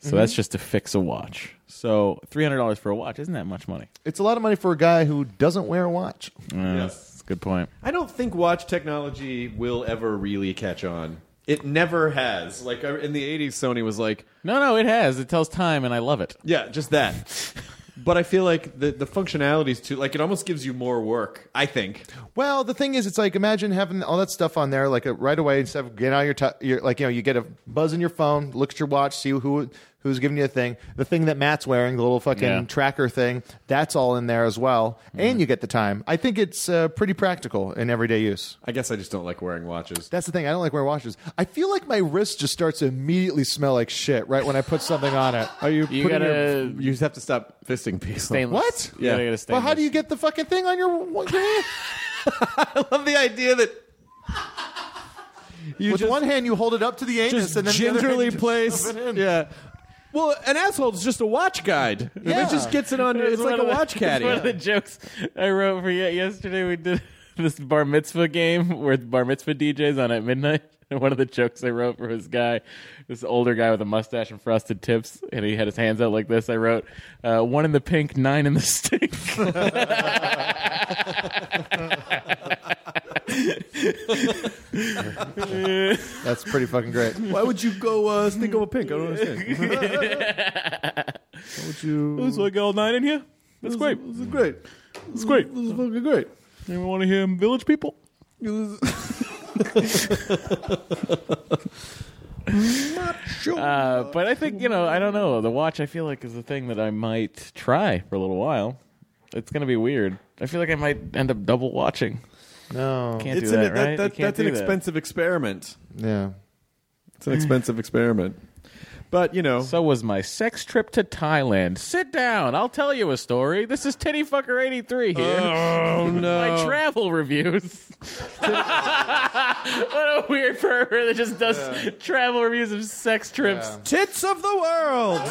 So Mhm. that's just to fix a watch. So three hundred dollars for a watch isn't that much money? Uh, It's a lot of money for a guy who doesn't wear a watch. That's a good point. I don't think watch technology will ever really catch on. It never has. Like I- in the 80s, Sony was like, no, no, it has. It tells time, and I love it. Yeah, just that. but I feel like the the functionalities too. Like it almost gives you more work. I think. Well, the thing is, it's like imagine having all that stuff on there, like uh, right away instead of getting on your, t- your like you know you get a buzz in your phone, look at your watch, see who who's giving you the thing, the thing that Matt's wearing, the little fucking Yeah. tracker thing, that's all in there as well, and you get the time. I think it's uh, pretty practical in everyday use. I guess I just don't like wearing watches. That's the thing. I don't like wearing watches. I feel like my wrist just starts to immediately smell like shit right when I put something on it. Are you? You gotta. you have to stop fisting people. Stainless. What? You gotta get a Well, stainless. how do you get the fucking thing on your, your hand? I love the idea that you with just- one hand you hold it up to the anus Just and then the other hand gingerly you just place. shove it in. Yeah. Well, an asshole is just a watch guide. It just gets it on. It was It's like one a of the- watch it was caddy. One of the jokes I wrote for ye- yesterday, we did this bar mitzvah game where bar mitzvah DJs on at midnight. And one of the jokes I wrote for this guy, this older guy with a mustache and frosted tips, and he had his hands out like this. I wrote, uh, one in the pink, nine in the stink. That's pretty fucking great. Why would you go uh, stink of a pink? I don't understand. Why would you? This one got all nine in here? That's great. This is great. It's great. This is fucking great. You want to hear Village People? Uh, but I think you know, I don't know. The watch, I feel like, is the thing that I might try for a little while. It's gonna be weird. I feel like I might end up double watching. No, can't It's do an- e- that. that- right? that- You can't that's an do that. expensive experiment. Yeah. It's an expensive experiment. But you know, so was my sex trip to Thailand. Sit down. I'll tell you a story. This is Titty Fucker eighty three here. Oh, no. my travel reviews. what a weird pervert that just does travel reviews of sex trips. Tits of the world.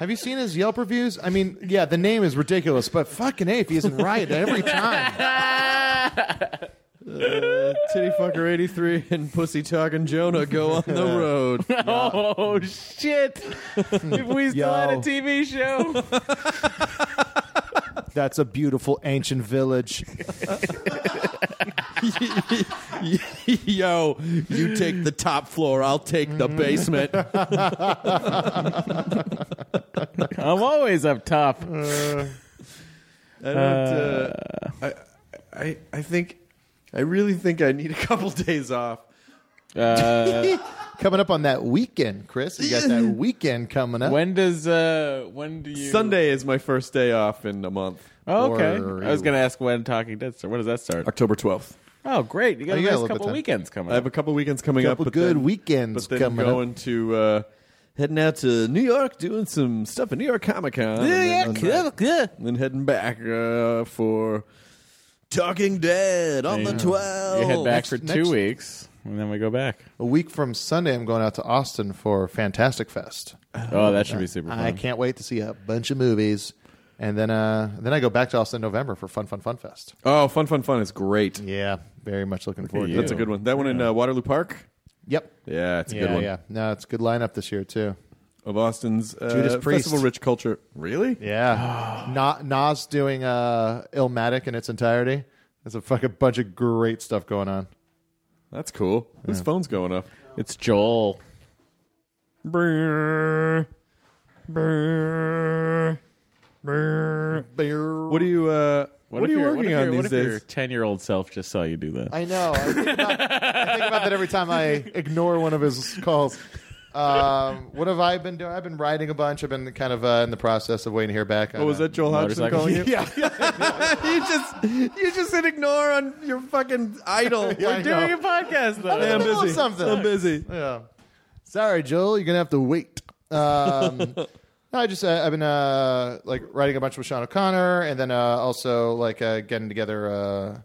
Have you seen his Yelp reviews? I mean, yeah, the name is ridiculous, but fucking A, if he isn't right every time. Uh, titty fucker 83 and pussy talking Jonah go on the road. Oh shit! if we still had a Yo. TV show. That's a beautiful ancient village. Yo, you take the top floor, I'll take the basement. I'm always up top. I don't. Uh, I, I, I think, I really think I need a couple days off. Uh. Uh, coming up on that weekend, Chris. You got that weekend coming up. when does uh when do you Sunday is my first day off in a month. Oh, okay. Or- I was gonna ask when Talking Dead starts. When does that start? October twelfth. Oh, great! You got Oh, a you got a nice little bit couple time. weekends coming. I have Up. a couple weekends coming Couple up. but good then- weekends but then coming up. going to uh, heading out to New York, doing some stuff at New York Comic Con. New and York then- Comic Con. Then heading back uh, for Talking Dead on the Yeah. twelfth. You head back Oh, Next- for next- two weeks. and then we go back. A week from Sunday, I'm going out to Austin for Fantastic Fest. Oh, that should be super I fun. can't wait to see a bunch of movies. And then, uh, then I go back to Austin in November for Fun Fun Fun Fest. Oh, fun, fun, fun! It's great. Yeah, very much looking forward to That's it. a good one. That one in uh, Waterloo Park. Yep. Yeah, it's a good Yeah, one. yeah. No, it's a good lineup this year too. Of Austin's uh, Judas Priest. Festival Rich Culture. Really? Yeah. Na- Nas doing uh, Illmatic in its entirety. There's a fucking bunch of great stuff going on. That's cool. Whose Yeah. phone's going off? It's Joel. What do you uh, what, if are you your- working if on your- these what if Your days? ten-year-old self just saw you do that. I know. I think, about, I think about that every time I ignore one of his calls. Um, what have I been doing? I've been riding a bunch. I've been kind of uh, in the process of waiting to hear back. Oh, was that Joel Hodgson calling you? you just you just hit ignore on your fucking idol. Yeah, I We're doing know. a podcast though. I'm in the I'm middle of busy. something. I'm busy. Yeah. Sorry, Joel. You're gonna have to wait. Um, no, I just uh, I've been uh, like writing a bunch with Sean O'Connor, and then uh, also like uh, getting together uh,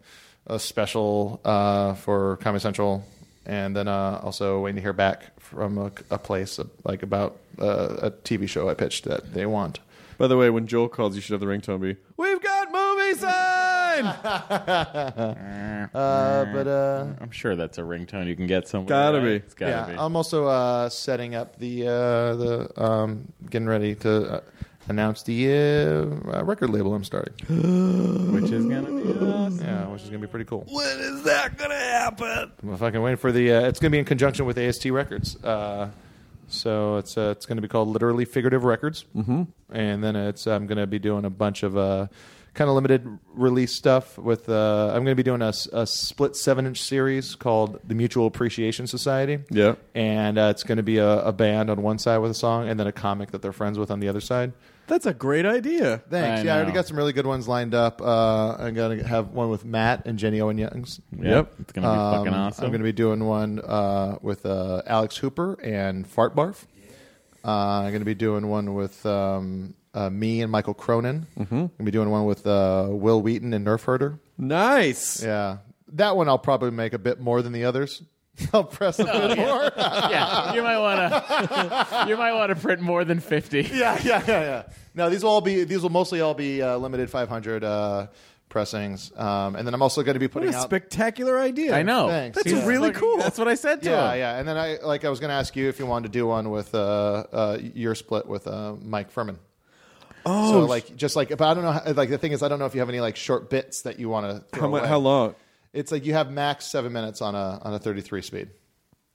a special uh, for Comedy Central, and then uh, also waiting to hear back from a, a place uh, like about uh, a TV show I pitched that they want. By the way, when Joel calls, you should have the ringtone be. We've got movie sign. Uh, but uh, I'm sure that's a ringtone you can get somewhere. Gotta right? be. It's gotta yeah, be. I'm also uh, setting up the uh, the um, getting ready to uh, announce the uh, uh, record label I'm starting, which is gonna be awesome. yeah, which is gonna be pretty cool. When is that gonna happen? I'm fucking waiting for the. Uh, it's gonna be in conjunction with AST Records, uh, so it's uh, it's gonna be called Literally Figurative Records, Mhm. and then it's I'm gonna be doing a bunch of. Uh, Kind of limited release stuff with. Uh, I'm going to be doing a, s- a split seven inch series called the Mutual Appreciation Society. Yeah. and uh, it's going to be a, a band on one side with a song and then a comic that they're friends with on the other side. That's a great idea. Thanks. yeah, Oh. I already got some really good ones lined up. Uh, I'm going to have one with Matt and Jenny Owen Youngs. Yep. It's gonna be fucking awesome. Um, I'm going to be doing one uh, with uh, Alex Hooper and Fart Barf. Uh, I'm going to be doing one with um, uh, me and Michael Cronin. Mm-hmm. I'm going to be doing one with uh, Will Wheaton and Nerf Herder. Nice. Yeah. That one I'll probably make a bit more than the others. I'll press a bit more. yeah, you might wanna you might wanna print more than fifty. yeah, yeah, yeah, yeah. No, these will all be these will mostly all be uh, limited 500 uh, pressings, um, and then I'm also going to be What putting a out. spectacular idea. I know. Thanks. That's Yeah. really cool. That's what I said to yeah, him. yeah, and then I like I was going to ask you if you wanted to do one with uh, uh, your split with uh, Mike Furman. Oh, so like just like, but I don't know. How, like the thing is, I don't know if you have any like short bits that you want to. How mu- how long? It's like you have max seven minutes on a on a 33 speed.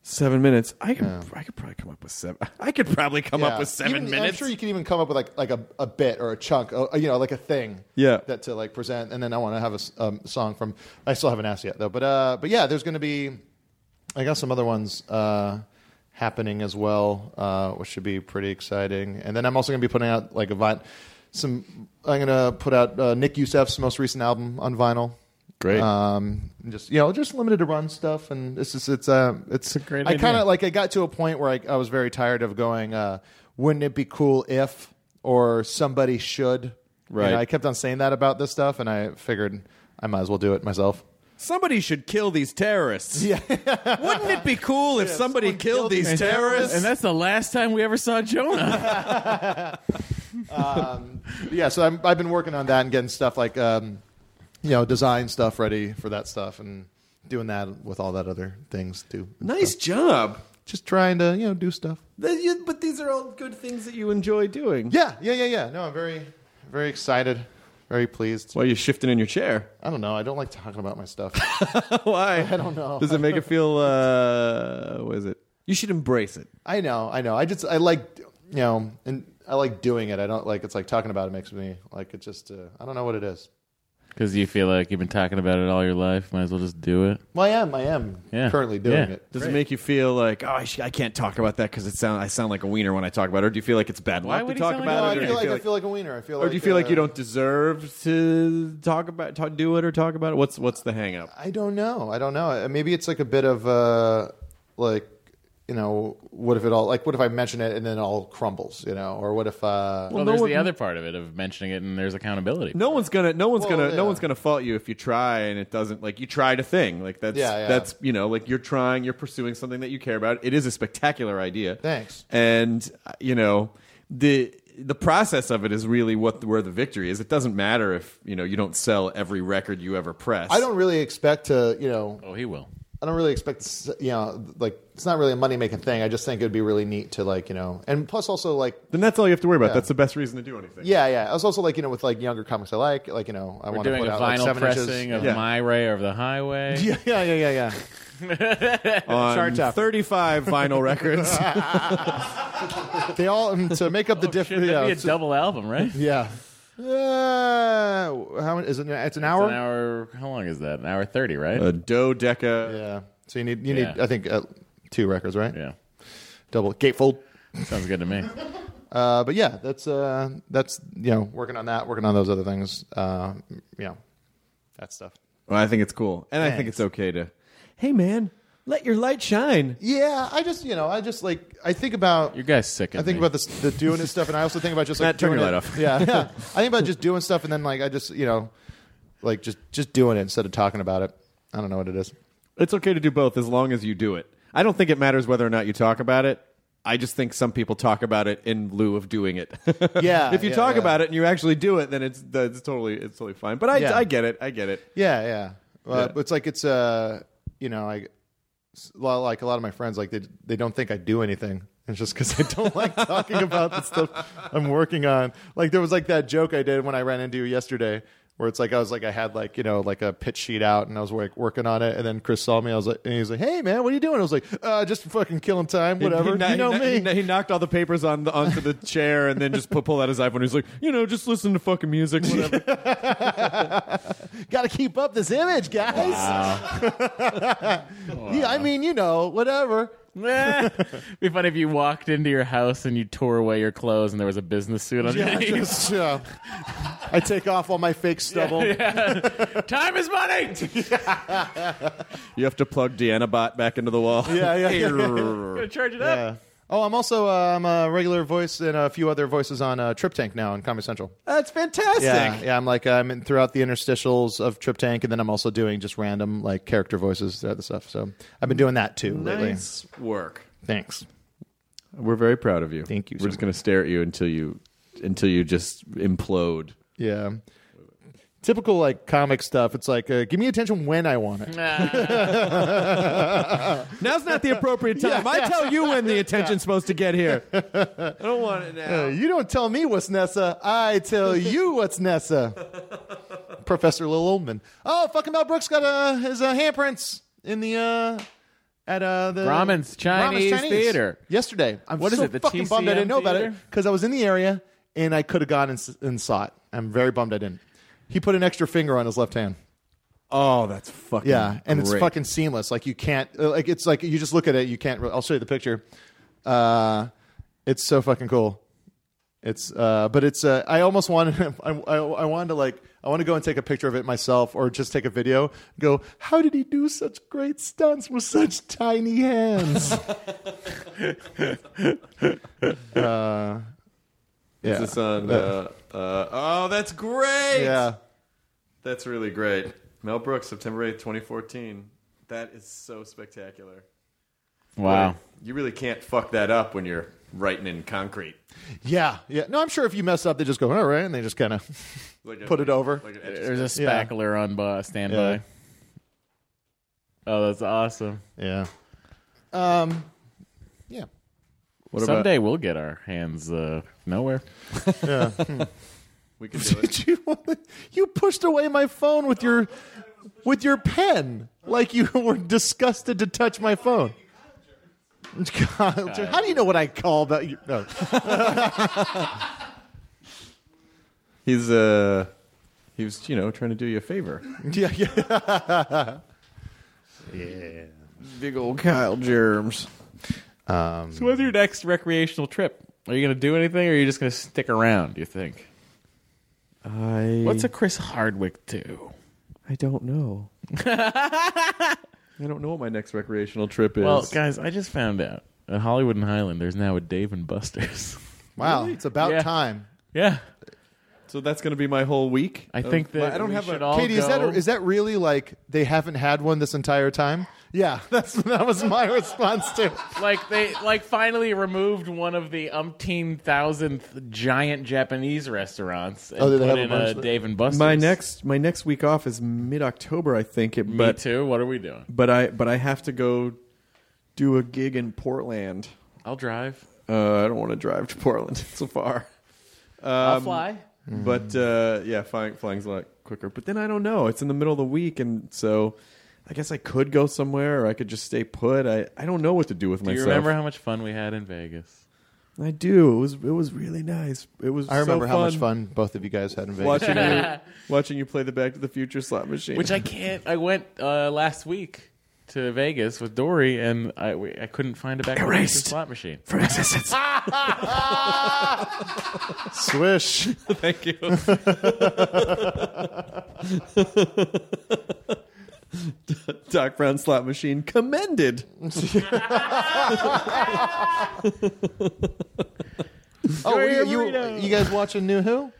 Seven minutes. I could. I could probably come up with seven. I could probably come Yeah. up with seven Even- I'm minutes. sure you can even come up with like like a, a bit or a chunk, or, you know, like a thing. Yeah. That to like present, and then I want to have a s- um, song from. I still haven't asked yet though, but uh, but yeah, there's going to be, I got some other ones uh, happening as well, uh, which should be pretty exciting. And then I'm also going to be putting out like a vinyl. Some I'm going to put out uh, Nick Youssef's most recent album on vinyl. Great. Um, just you know, just limited to run stuff, and it's just it's uh, it's a great I kind idea. of Uh, like I got to a point where I, I was very tired of going. Uh, Wouldn't it be cool if or somebody should? Right. And I kept on saying that about this stuff, and I figured I might as well do it myself. Somebody should kill these terrorists. Yeah. Wouldn't it be cool if somebody killed, these And- terrorists? And that's the last time we ever saw Jonah. Um, yeah. So I'm, I've been working on that and getting stuff like um, you know design stuff ready for that stuff and doing that with all that other things too. nice job. Just trying to you know do stuff. Th- you- But these are all good things that you enjoy doing. Yeah, yeah, yeah, yeah. No, I'm very, very excited, very pleased. Why are you shifting in your chair? I don't know. I don't like talking about my stuff. Why? I don't know. Does it make it feel? Uh, what is it? You should embrace it. I know, I know. I just, I like, you know, and I like doing it. I don't like. It's like talking about it makes me like it just. Uh, I don't know what it is. Because you feel like you've been talking about it all your life, might as well just do it. Well, I am. I am Yeah. currently doing Yeah. it. Does Great. it make you feel like oh I, sh- I can't talk about that because it sound I sound like a wiener when I talk about it? Or do you feel like it's bad luck would to he talk sound like about No, it? I or do feel you like, I feel like a wiener. I feel. or do you feel like uh, you don't deserve to talk about talk, do it or talk about it? What's what's the hang up? I don't know. I don't know. Uh, Maybe it's like a bit of uh, like you know, what if it all like what if I mention it and then it all crumbles, you know, or what if uh Well, Oh, there's the other part of it of mentioning it, and there's accountability. No one's gonna. No one's Well, gonna. yeah. No one's gonna fault you if you try and it doesn't. Like you tried a thing. Like that's. Yeah, yeah. That's you know. Like you're trying. You're pursuing something that you care about. It is a spectacular idea. Thanks. And uh, you know the the process of it is really what where the victory is. It doesn't matter if you know you don't sell every record you ever press. I don't really expect to, you know. Oh, he will. I don't really expect, s- you know, like it's not really a money making thing. I just think it would be really neat to like, you know, and plus also like, Then that's all you have to worry about. Yeah. That's the best reason to do anything. yeah, yeah. I was also like, you know, with like younger comics I like, like you know, I We're want to doing put a out like vinyl seven pressing inches. of yeah. My Ray Over the Highway. yeah, yeah, yeah, yeah, yeah. On Chart top. 35 vinyl records. they all um, to make up the difference. Oh, that'd Yeah, be a it's- double album, right? Yeah. Uh, how many- is it? It's an hour. Uh, It's an hour. How long is that? An hour thirty, right? A dodeca. Yeah. So you need you Yeah. need I think uh, two records, right? Yeah. Double gatefold. Sounds good to me. Uh, but yeah, that's uh, that's you know working on that, working on those other things. Uh, you know, that stuff. Well, I think it's cool, and I think Thanks. it's okay to. Hey, man, let your light shine. Yeah, I just you know I just like I think about you guys sick. I think about this, the doing it stuff, and I also think about just like Matt, turn doing your it- light off. Yeah, yeah. I think about just doing stuff, and then like I just you know, like just just doing it instead of talking about it. I don't know what it is. It's okay to do both as long as you do it. I don't think it matters whether or not you talk about it. I just think some people talk about it in lieu of doing it. Yeah, if you yeah, talk yeah. about it and you actually do it, then it's that's totally it's totally fine. But I, Yeah. I get it. I get it. Yeah, yeah. Uh, Yeah. But it's like it's uh you know I s- a lot- like a lot of my friends like they they don't think I do anything. It's just because I don't like talking about the stuff I'm working on. Like there was like that joke I did when I ran into you yesterday. Where it's like I was like I had like you know like a pitch sheet out and I was like working on it and then Chris saw me I was like and he was like hey man what are you doing I was like uh, just fucking killing time whatever He, he, you know he, me He, he knocked all the papers on the, onto the chair and then just pu- pulled out his iPhone. He's like, you know, just listen to fucking music. Whatever. got to keep up this image guys yeah I mean you know whatever be fun if you walked into your house and you tore away your clothes and there was a business suit on. Yeah, I just, uh, I take off all my fake stubble. Time is money. you have to plug Deanna Bot back into the wall. Yeah, yeah, yeah. Gonna charge it Yeah. up. Oh, I'm also uh, I'm a regular voice and a few other voices on uh, Trip Tank now on Comedy Central. That's fantastic. Yeah, yeah. I'm like I'm in throughout the interstitials of Trip Tank, and then I'm also doing just random like character voices throughout the stuff. So I've been doing that too lately. Nice work. Thanks. We're very proud of you. Thank you We're so just going to stare at you until you until you just implode. Yeah. Typical like comic stuff. It's like uh, give me attention when I want it. Now's not the appropriate time. I tell you when the attention's supposed to get here. I don't want it now. Uh, you don't tell me what's Nessa. I tell you what's Nessa. Professor Lil Oldman. Oh, fucking Mel Brooks got uh, his uh, handprints in the uh, at uh, the Grauman's Chinese Theater. yesterday. I'm What is so it, the fucking bummed I TCM didn't know about theater? it because I was in the area and I could have gone and, s- and saw it. I'm very bummed I didn't. He put an extra finger on his left hand. Oh, that's fucking Yeah, and it's great. fucking seamless. Like you can't. uh, Like it's like you just look at it. You can't. re- I'll show you the picture. Uh, it's so fucking cool. It's. Uh, but it's. Uh, I almost wanted. I, I, I wanted to like. I want to go and take a picture of it myself, or just take a video. Go. How did he do such great stunts with such tiny hands? uh, yeah. Is this on? Uh, uh, oh, that's great. yeah. that's really great. Mel Brooks, September eighth, twenty fourteen. That is so spectacular. Wow. You really can't fuck that up when you're writing in concrete. Yeah. Yeah. No, I'm sure if you mess up, they just go all right, and they just kind of Like a- put it over. Like an etch a There's a sketch. Yeah. spackler on bu- standby. Yeah. Oh, that's awesome. Yeah. Um. Yeah. What about- Someday we'll get our hands uh, nowhere. Yeah. we could do it. Did you want to- you pushed away my phone with your with your pen like you were disgusted to touch my phone. Kyle Jer- How do you know what I call about you? No. He's uh, he was you know trying to do you a favor. Yeah, yeah. Big old Kyle germs. So what's your next recreational trip? Are you going to do anything, or are you just going to stick around? Do you think? I What's a Chris Hardwick do? I don't know. I don't know what my next recreational trip is. Well, guys, I just found out At Hollywood and Highland, there's now a Dave and Buster's. Wow, it's about Yeah. time. Yeah. So that's going to be my whole week. Oh, I think that I don't we have should a. all Katie, is that go. is that really like they haven't had one this entire time? Yeah, that's that was my response too. like they like finally removed one of the umpteen thousandth giant Japanese restaurants and Oh, did they have put a in bunch a, of- Dave and Buster's. My next my next week off is mid October, I think. It, Me but, too. What are we doing? But I but I have to go do a gig in Portland. I'll drive. Uh, I don't want to drive to Portland so far. I'll Um, fly. But uh, yeah, flying flying's a lot quicker. But then I don't know. It's in the middle of the week, and so I guess I could go somewhere, or I could just stay put. I, I don't know what to do with Do myself. you remember how much fun we had in Vegas? I do. It was it was really nice. It was. I so remember how much fun fun both of you guys had in Vegas. watching you watching you play the Back to the Future slot machine, Which I can't. I went uh, last week to Vegas with Dory, and I we, I couldn't find a back Erased slot machine from existence. Swish. Thank you. Doc Brown slot machine commended. Oh, what are you, you, you guys watching New Who?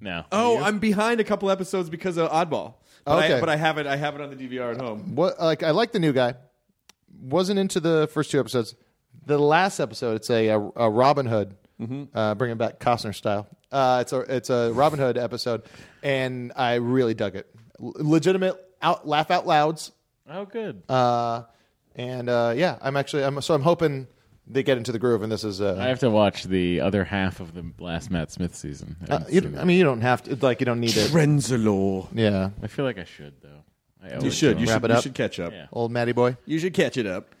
No. Oh, I'm behind a couple episodes because of Oddball. But I, Okay. but I have it. I have it on the DVR at home. What like I like the new guy. Wasn't into the first two episodes. The last episode, it's a, a, a Robin Hood, uh, bringing back Costner style. Uh, it's a it's a Robin Hood episode, and I really dug it. L- legitimate out laugh out louds. Oh, good. Uh, and uh, yeah, I'm actually I'm so I'm hoping they get into the groove, and this is uh, I have to watch the other half of the last Matt Smith season. I uh, haven't you, seen don't- it. I mean you don't have to like you don't need it. Trenzalore. Yeah, I feel like I should though. I You always should. do. You Wrap should, it you up. should catch up. Yeah. old Matty boy. You should catch it up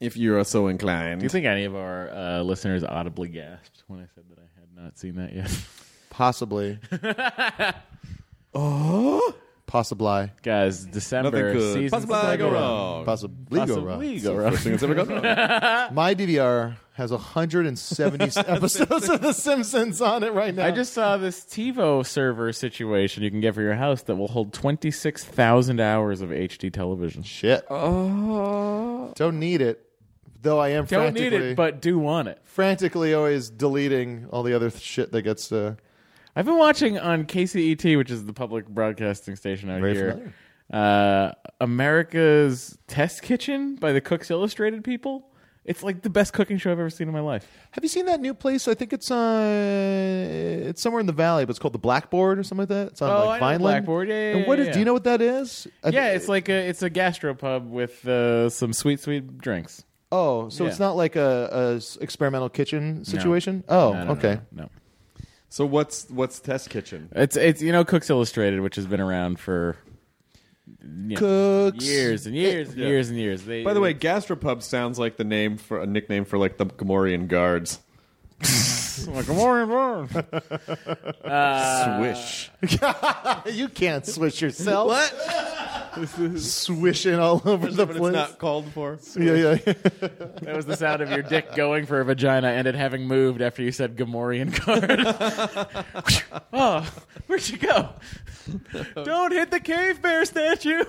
if you are so inclined. Do you think any of our uh, listeners audibly gasped when I said that I had not seen that yet? Possibly. oh, possibly. Guys, December Nothing good. season Possibly I go seven. wrong. Possibly go wrong. Possibly It's the go wrong. first thing that's ever gone My DVR has 170 episodes of The Simpsons on it right now. I just saw this TiVo server situation you can get for your house that will hold 26,000 hours of HD television. Shit. Oh. Don't need it, though I am Don't frantically. need it, but do want it. Frantically always deleting all the other th- shit that gets. Uh, I've been watching on KCET, which is the public broadcasting station out Very here, uh, America's Test Kitchen by the Cooks Illustrated people. It's like the best cooking show I've ever seen in my life. have you seen that new place? I think it's uh, it's somewhere in the valley, but it's called the Blackboard or something like that. It's on Oh, I like know Vineland. Blackboard. Yeah, yeah, and what yeah, is- yeah. do you know what that is? I thi- yeah, it's like a it's a gastropub with uh, some sweet sweet drinks. Oh, so Yeah. it's not like a, a s- experimental kitchen situation. No. Oh, No, no, no, okay. no. So what's what's Test Kitchen? It's it's you know Cooks Illustrated, which has been around for you know, Cooks. years and years and Yeah. years and years. They, By the way, gastropub sounds like the name for a nickname for like the Gamorrean guards. like, "Morning, morning." Uh, Swish. you can't swish yourself. what? Swishing all over the But place. it's not called for. yeah, yeah. That was the sound of your dick going for a vagina and it having moved after you said Gamorrean card. oh, where'd you go? Don't hit the cave bear statue.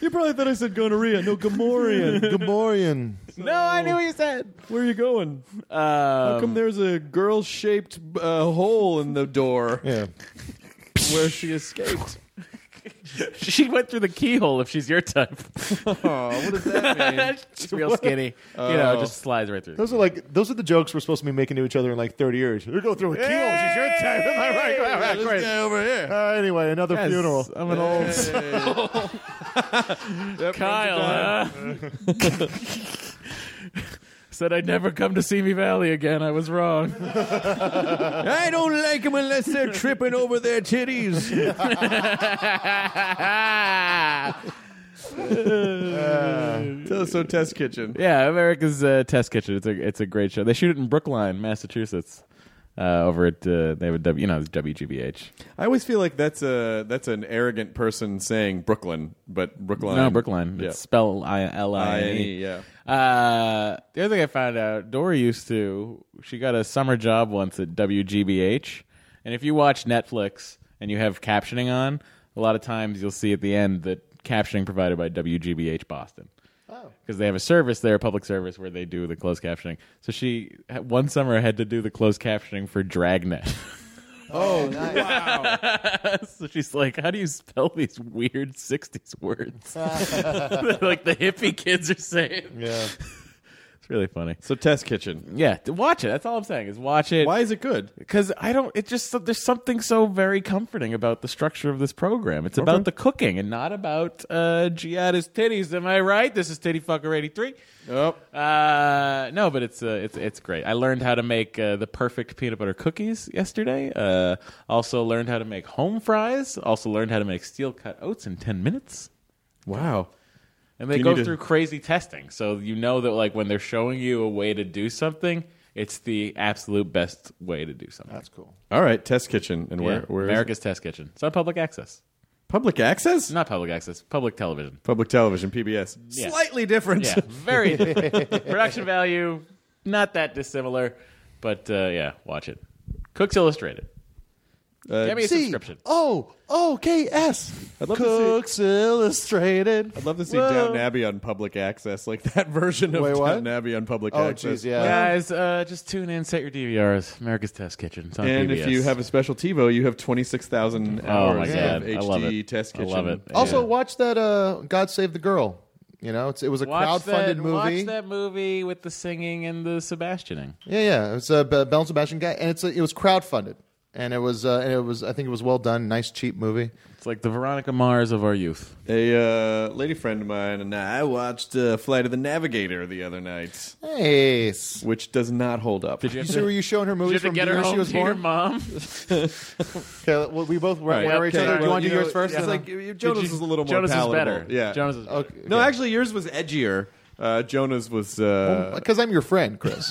You probably thought I said gonorrhea. No, Gamorrean. Gamorrean. no, I knew what you said. Where are you going? How come Um, there's a girl-shaped uh, hole in the door Yeah. where she escaped? she went through the keyhole if she's your type. Oh, what does that mean? she's real skinny. You know, Oh. just slides right through. Those are like those are the jokes we're supposed to be making to each other in like 30 years. You're going through a keyhole. She's your type. Am I right? Am I right? Great. over here. Uh, anyway, another Yes, funeral. I'm an old Kyle. huh? Said I'd never come to Simi Valley again. I was wrong. I don't like them unless they're tripping over their titties. So, so Test Kitchen. Yeah, America's uh, Test Kitchen. It's a it's a great show. They shoot it in Brookline, Massachusetts. Uh, over at uh, they have a W, you know, it's WGBH. I always feel like that's a that's an arrogant person saying Brooklyn, but Brooklyn. No, Brookline. Yeah. It's spelled I L I N I-N-E, E. yeah. Uh, the other thing I found out, Dory used to. She got a summer job once at WGBH, and if you watch Netflix and you have captioning on, a lot of times you'll see at the end that captioning provided by WGBH Boston. Oh. because they have a service there, a public service where they do the closed captioning. So she one summer had to do the closed captioning for Dragnet. Oh, nice. so she's like, "How do you spell these weird '60s words that, like the hippie kids are saying?" Yeah, it's really funny. So Test Kitchen, yeah, to watch it. That's all I'm saying is watch it. Why is it good? Because I don't. It just there's something so very comforting about the structure of this program. It's about the cooking and not about uh, Giada's titties. Am I right? This is Titty Fucker eighty three. Yep. Uh, no, but it's uh, it's it's great. I learned how to make uh, the perfect peanut butter cookies yesterday. Uh, also learned how to make home fries. Also learned how to make steel cut oats in ten minutes. Wow. And they You go need to- through crazy testing, so you know that like when they're showing you a way to do something, it's the absolute best way to do something. That's cool. All right, Test Kitchen, and where Yeah, where is it? America's Test Kitchen. It's on public access. Public access? Not public access. Public television. public television PBS? Yeah. Slightly different. Yeah, very different. production value, not that dissimilar, but uh, yeah, watch it. Cooks Illustrated. Uh, Get me a see, subscription. Oh, OKS. I'd love Cooks Illustrated. I'd love to see Whoa. Downton Abbey on public access, like that version of Wait, what? Downton Abbey on public Oh, access. jeez, yeah. Guys, uh, just tune in, set your DVRs. America's Test Kitchen. It's on And PBS. if you have a special TiVo, you have twenty six thousand Oh, my hours God. of HD I love it. Test I Kitchen. love it. Also, watch that uh, God Save the Girl. You know, it's, it was a watch crowdfunded that, movie. Watch that movie with the singing and the Sebastianing. Yeah, yeah. It was a Be- Bell and Sebastian guy, and it's a, it was crowdfunded, and it was uh, and it was I think it was well done, nice cheap movie. It's like the Veronica Mars of our youth. A uh, lady friend of mine and I watched uh, Flight of the Navigator the other night. Nice. Which does not hold up. Did you So were you showing her movies from the year she was born? mom? Okay, well, we both were Right. were each Okay, other. Do you well, want to do you know, yours first? it's and like, then- you- Jonas is a little more Jonas is palatable. better. Yeah. Jonas is better. Okay, No, actually, yours was edgier. Uh, Jonah's was. Uh, because I'm your friend, Chris.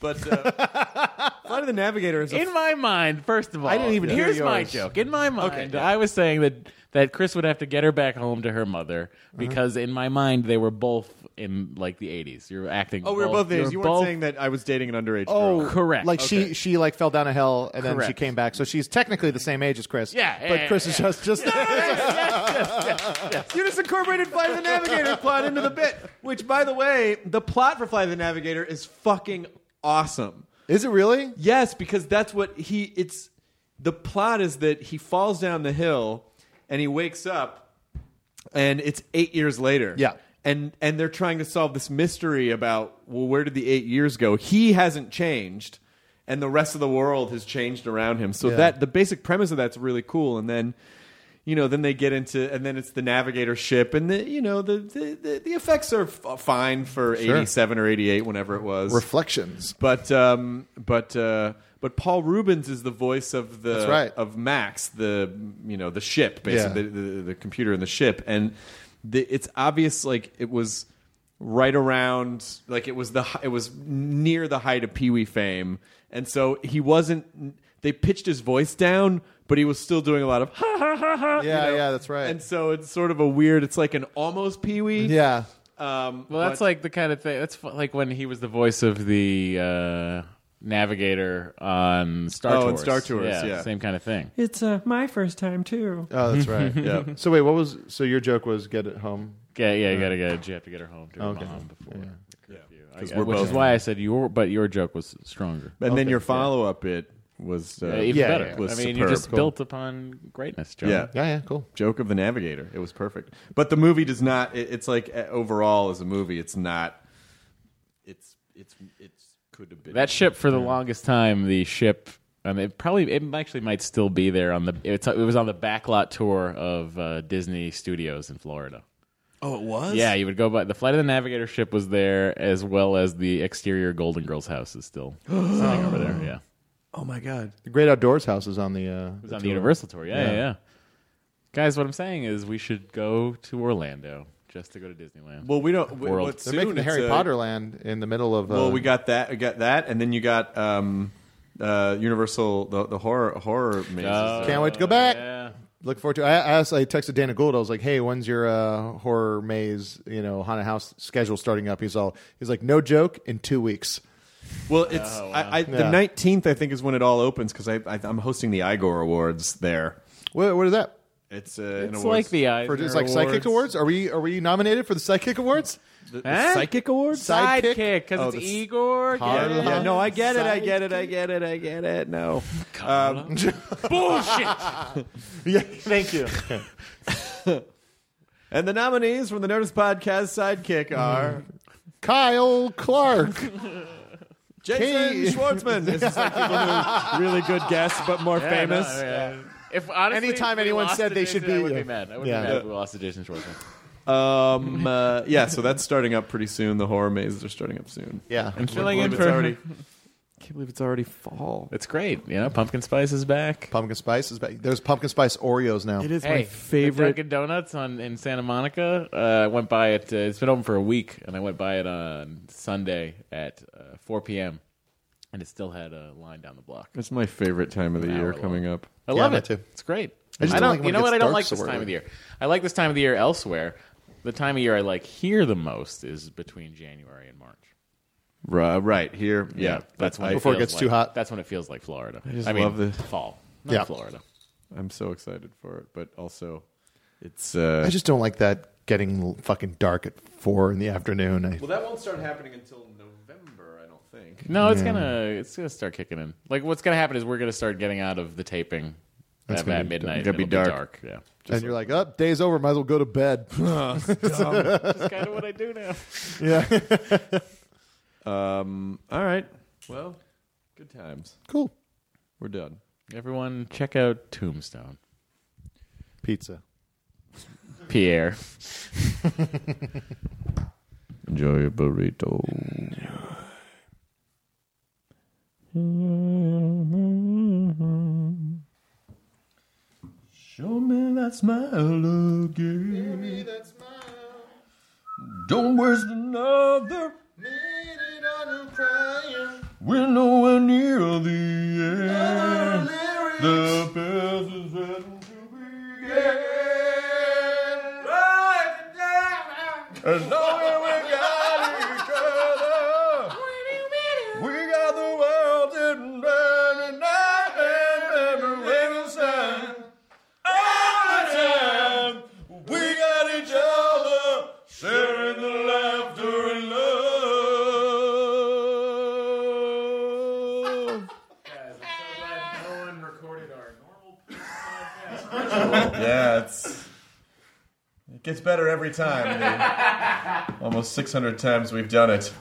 but uh, Flight of the Navigator is a In my mind, first of all, I didn't even hear here's my yours. joke. In my mind, I was saying that that Chris would have to get her back home to her mother Uh-huh. because in my mind they were both in like the 80s. You're acting. Oh, we were both you days. You weren't saying that I was dating an underage Oh, girl. Correct. Like she she like fell down a hill and then she Correct. came back. So she's technically the same age as Chris. Yeah, yeah, but Chris yeah, is yeah. just just You just incorporated Flight of the Navigator plot into the bit, which, by the way, the plot for Flight of the Navigator is fucking awesome. Is it really? Yes, because that's what he. It's the plot is that he falls down the hill and he wakes up, and it's eight years later. Yeah. And, and they're trying to solve this mystery about well where did the eight years go he hasn't changed and the rest of the world has changed around him so Yeah. that the basic premise of that's really cool and then you know then they get into and then it's the navigator ship and the you know the the, the, the effects are f- fine for Sure. 87 or 88 whenever it was reflections. but um, but uh, but Paul Rubens is the voice of the That's right. of Max, the you know the ship, Yeah. basically the, the, the computer in the ship, and the, it's obvious like it was right around like it was the hi- it was near the height of Pee Wee fame, and so he wasn't. They pitched his voice down, but he was still doing a lot of ha ha ha ha. Yeah, you know? yeah, that's right. And so it's sort of a weird. It's like an almost Pee Wee. yeah. Um, Well, that's but- like the kind of thing. That's fu- like when he was the voice of the uh, navigator on Star Oh, on Tours. Star Tours, yeah. same kind of thing. It's uh, my first time too. Oh, that's right. Yeah. So wait, what was so your joke was get it home? Yeah, yeah, you gotta get you have to get her home to her Okay. mom before curfew. I- 'Cause I- we're which is both- why I said your, but your joke was stronger. And then Okay, your yeah. follow up bit was uh, Uh, even yeah, better. yeah. I mean, was you superb. just built upon greatness, John. Yeah. Yeah, yeah, cool. joke of the navigator. It was perfect. But the movie does not. It, it's like uh, overall as a movie, it's not. It's it's it's could have been That ship for the longest time, the ship, um, it probably it actually might still be there on the. It's, it was on the backlot tour of uh, Disney Studios in Florida. Oh, it was. Yeah, you would go by the flight of the navigator ship was there, as well as the exterior Golden Girls house is still sitting over there. Yeah, it Oh my god. The Great Outdoors House is on the uh it was on the Universal tour. Yeah, yeah, yeah. Guys, what I'm saying is we should go to Orlando just to go to Disneyland. Well, we don't. World. What, They're soon making the it's Harry a- Potter uh, land in the middle of uh, Well, we got that. We got that, and then you got um, uh, Universal the, the horror horror mazes. Oh. Can't wait to go back. uh, yeah. Look forward to. I I asked. I texted Dana Gould. I was like, "Hey, when's your uh, horror maze, you know, haunted house schedule starting up?" He's all, he's like, "No joke, in two weeks." Well, it's I, I, the Yeah. nineteenth. I think is when it all opens because I, I I'm hosting the Igor Awards there. What, what is that? It's, uh, an It's awards- like the For just like psychic awards, are we are we nominated for the psychic awards? The- the Huh? psychic awards? Sidekick, Oh, Sidekick, 'cause it's the s- Igor, Yeah, Harlan. yeah, no, I get it. I get it. I get it. I get it. No. Um, Bullshit. yeah, thank you. and the nominees from the Notice Podcast Sidekick are Kyle Clark. Jason Kay- Schwartzman. This is like people who really good guess, but more Yeah, famous. no, yeah. If honestly, Anytime if we anyone lost said to they Jason, should be- I would yeah. be mad. I would Yeah. be mad if we lost to Jason Schwartzman. Um, uh, yeah, so that's starting up pretty soon. The horror mazes are starting up soon. Yeah. I'm Can't filling in believe it's for- already. Can't believe it's already fall. It's great. You know, pumpkin spice is back. Pumpkin spice is back. There's pumpkin spice Oreos now. Hey, the Dunkin' Donuts on in Santa Monica. Uh, I went by it. Uh, it's been open for a week, and I went by it on Sunday at uh, 4 p.m. And it still had a line down the block. It's my favorite time of the year coming up. I love it. It's great. I I, just don't like don't. when You it know what? gets I don't dark like so this time of early. the year. I like this time of the year elsewhere. The time of year I like here the most is between January and March. Right, right here. Yeah, that's when before it feels gets like- too hot. That's when it feels like Florida. I just mean, love the fall. Not Yeah. Florida. I'm so excited for it, but also it's. uh, I just don't like that getting l- fucking dark at four in the afternoon. I, Well, that won't start happening until November, I don't think. No, it's Yeah. gonna it's gonna start kicking in. Like what's gonna happen is we're gonna start getting out of the taping It's at, gonna at be- midnight. it's gonna be It'll dark. Yeah. and you're like, oh, day's over. Might as well go to bed. That's kind of what I do now. Yeah. um. All right. Well, good times. Cool. We're done. Everyone, check out Tombstone. Pizza. Pierre. Enjoy your burrito. Show me that smile again. Don't waste another. We're nowhere near the end. The past is written to begin. As long as we got each other, we got the world in mind and I am every little sign. All the time, we got each other, sharing the laughter and love. No one recorded our normal yeah, it's it gets better every time. I mean, almost 600 times we've done it.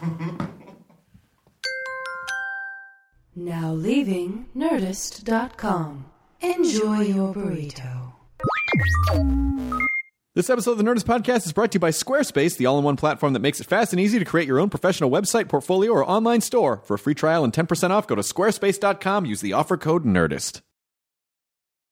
Now leaving Nerdist.com. Enjoy your burrito. This episode of the Nerdist Podcast is brought to you by Squarespace, the all in one platform that makes it fast and easy to create your own professional website, portfolio, or online store. For a free trial and 10% off, go to squarespace.com. Use the offer code NERDIST.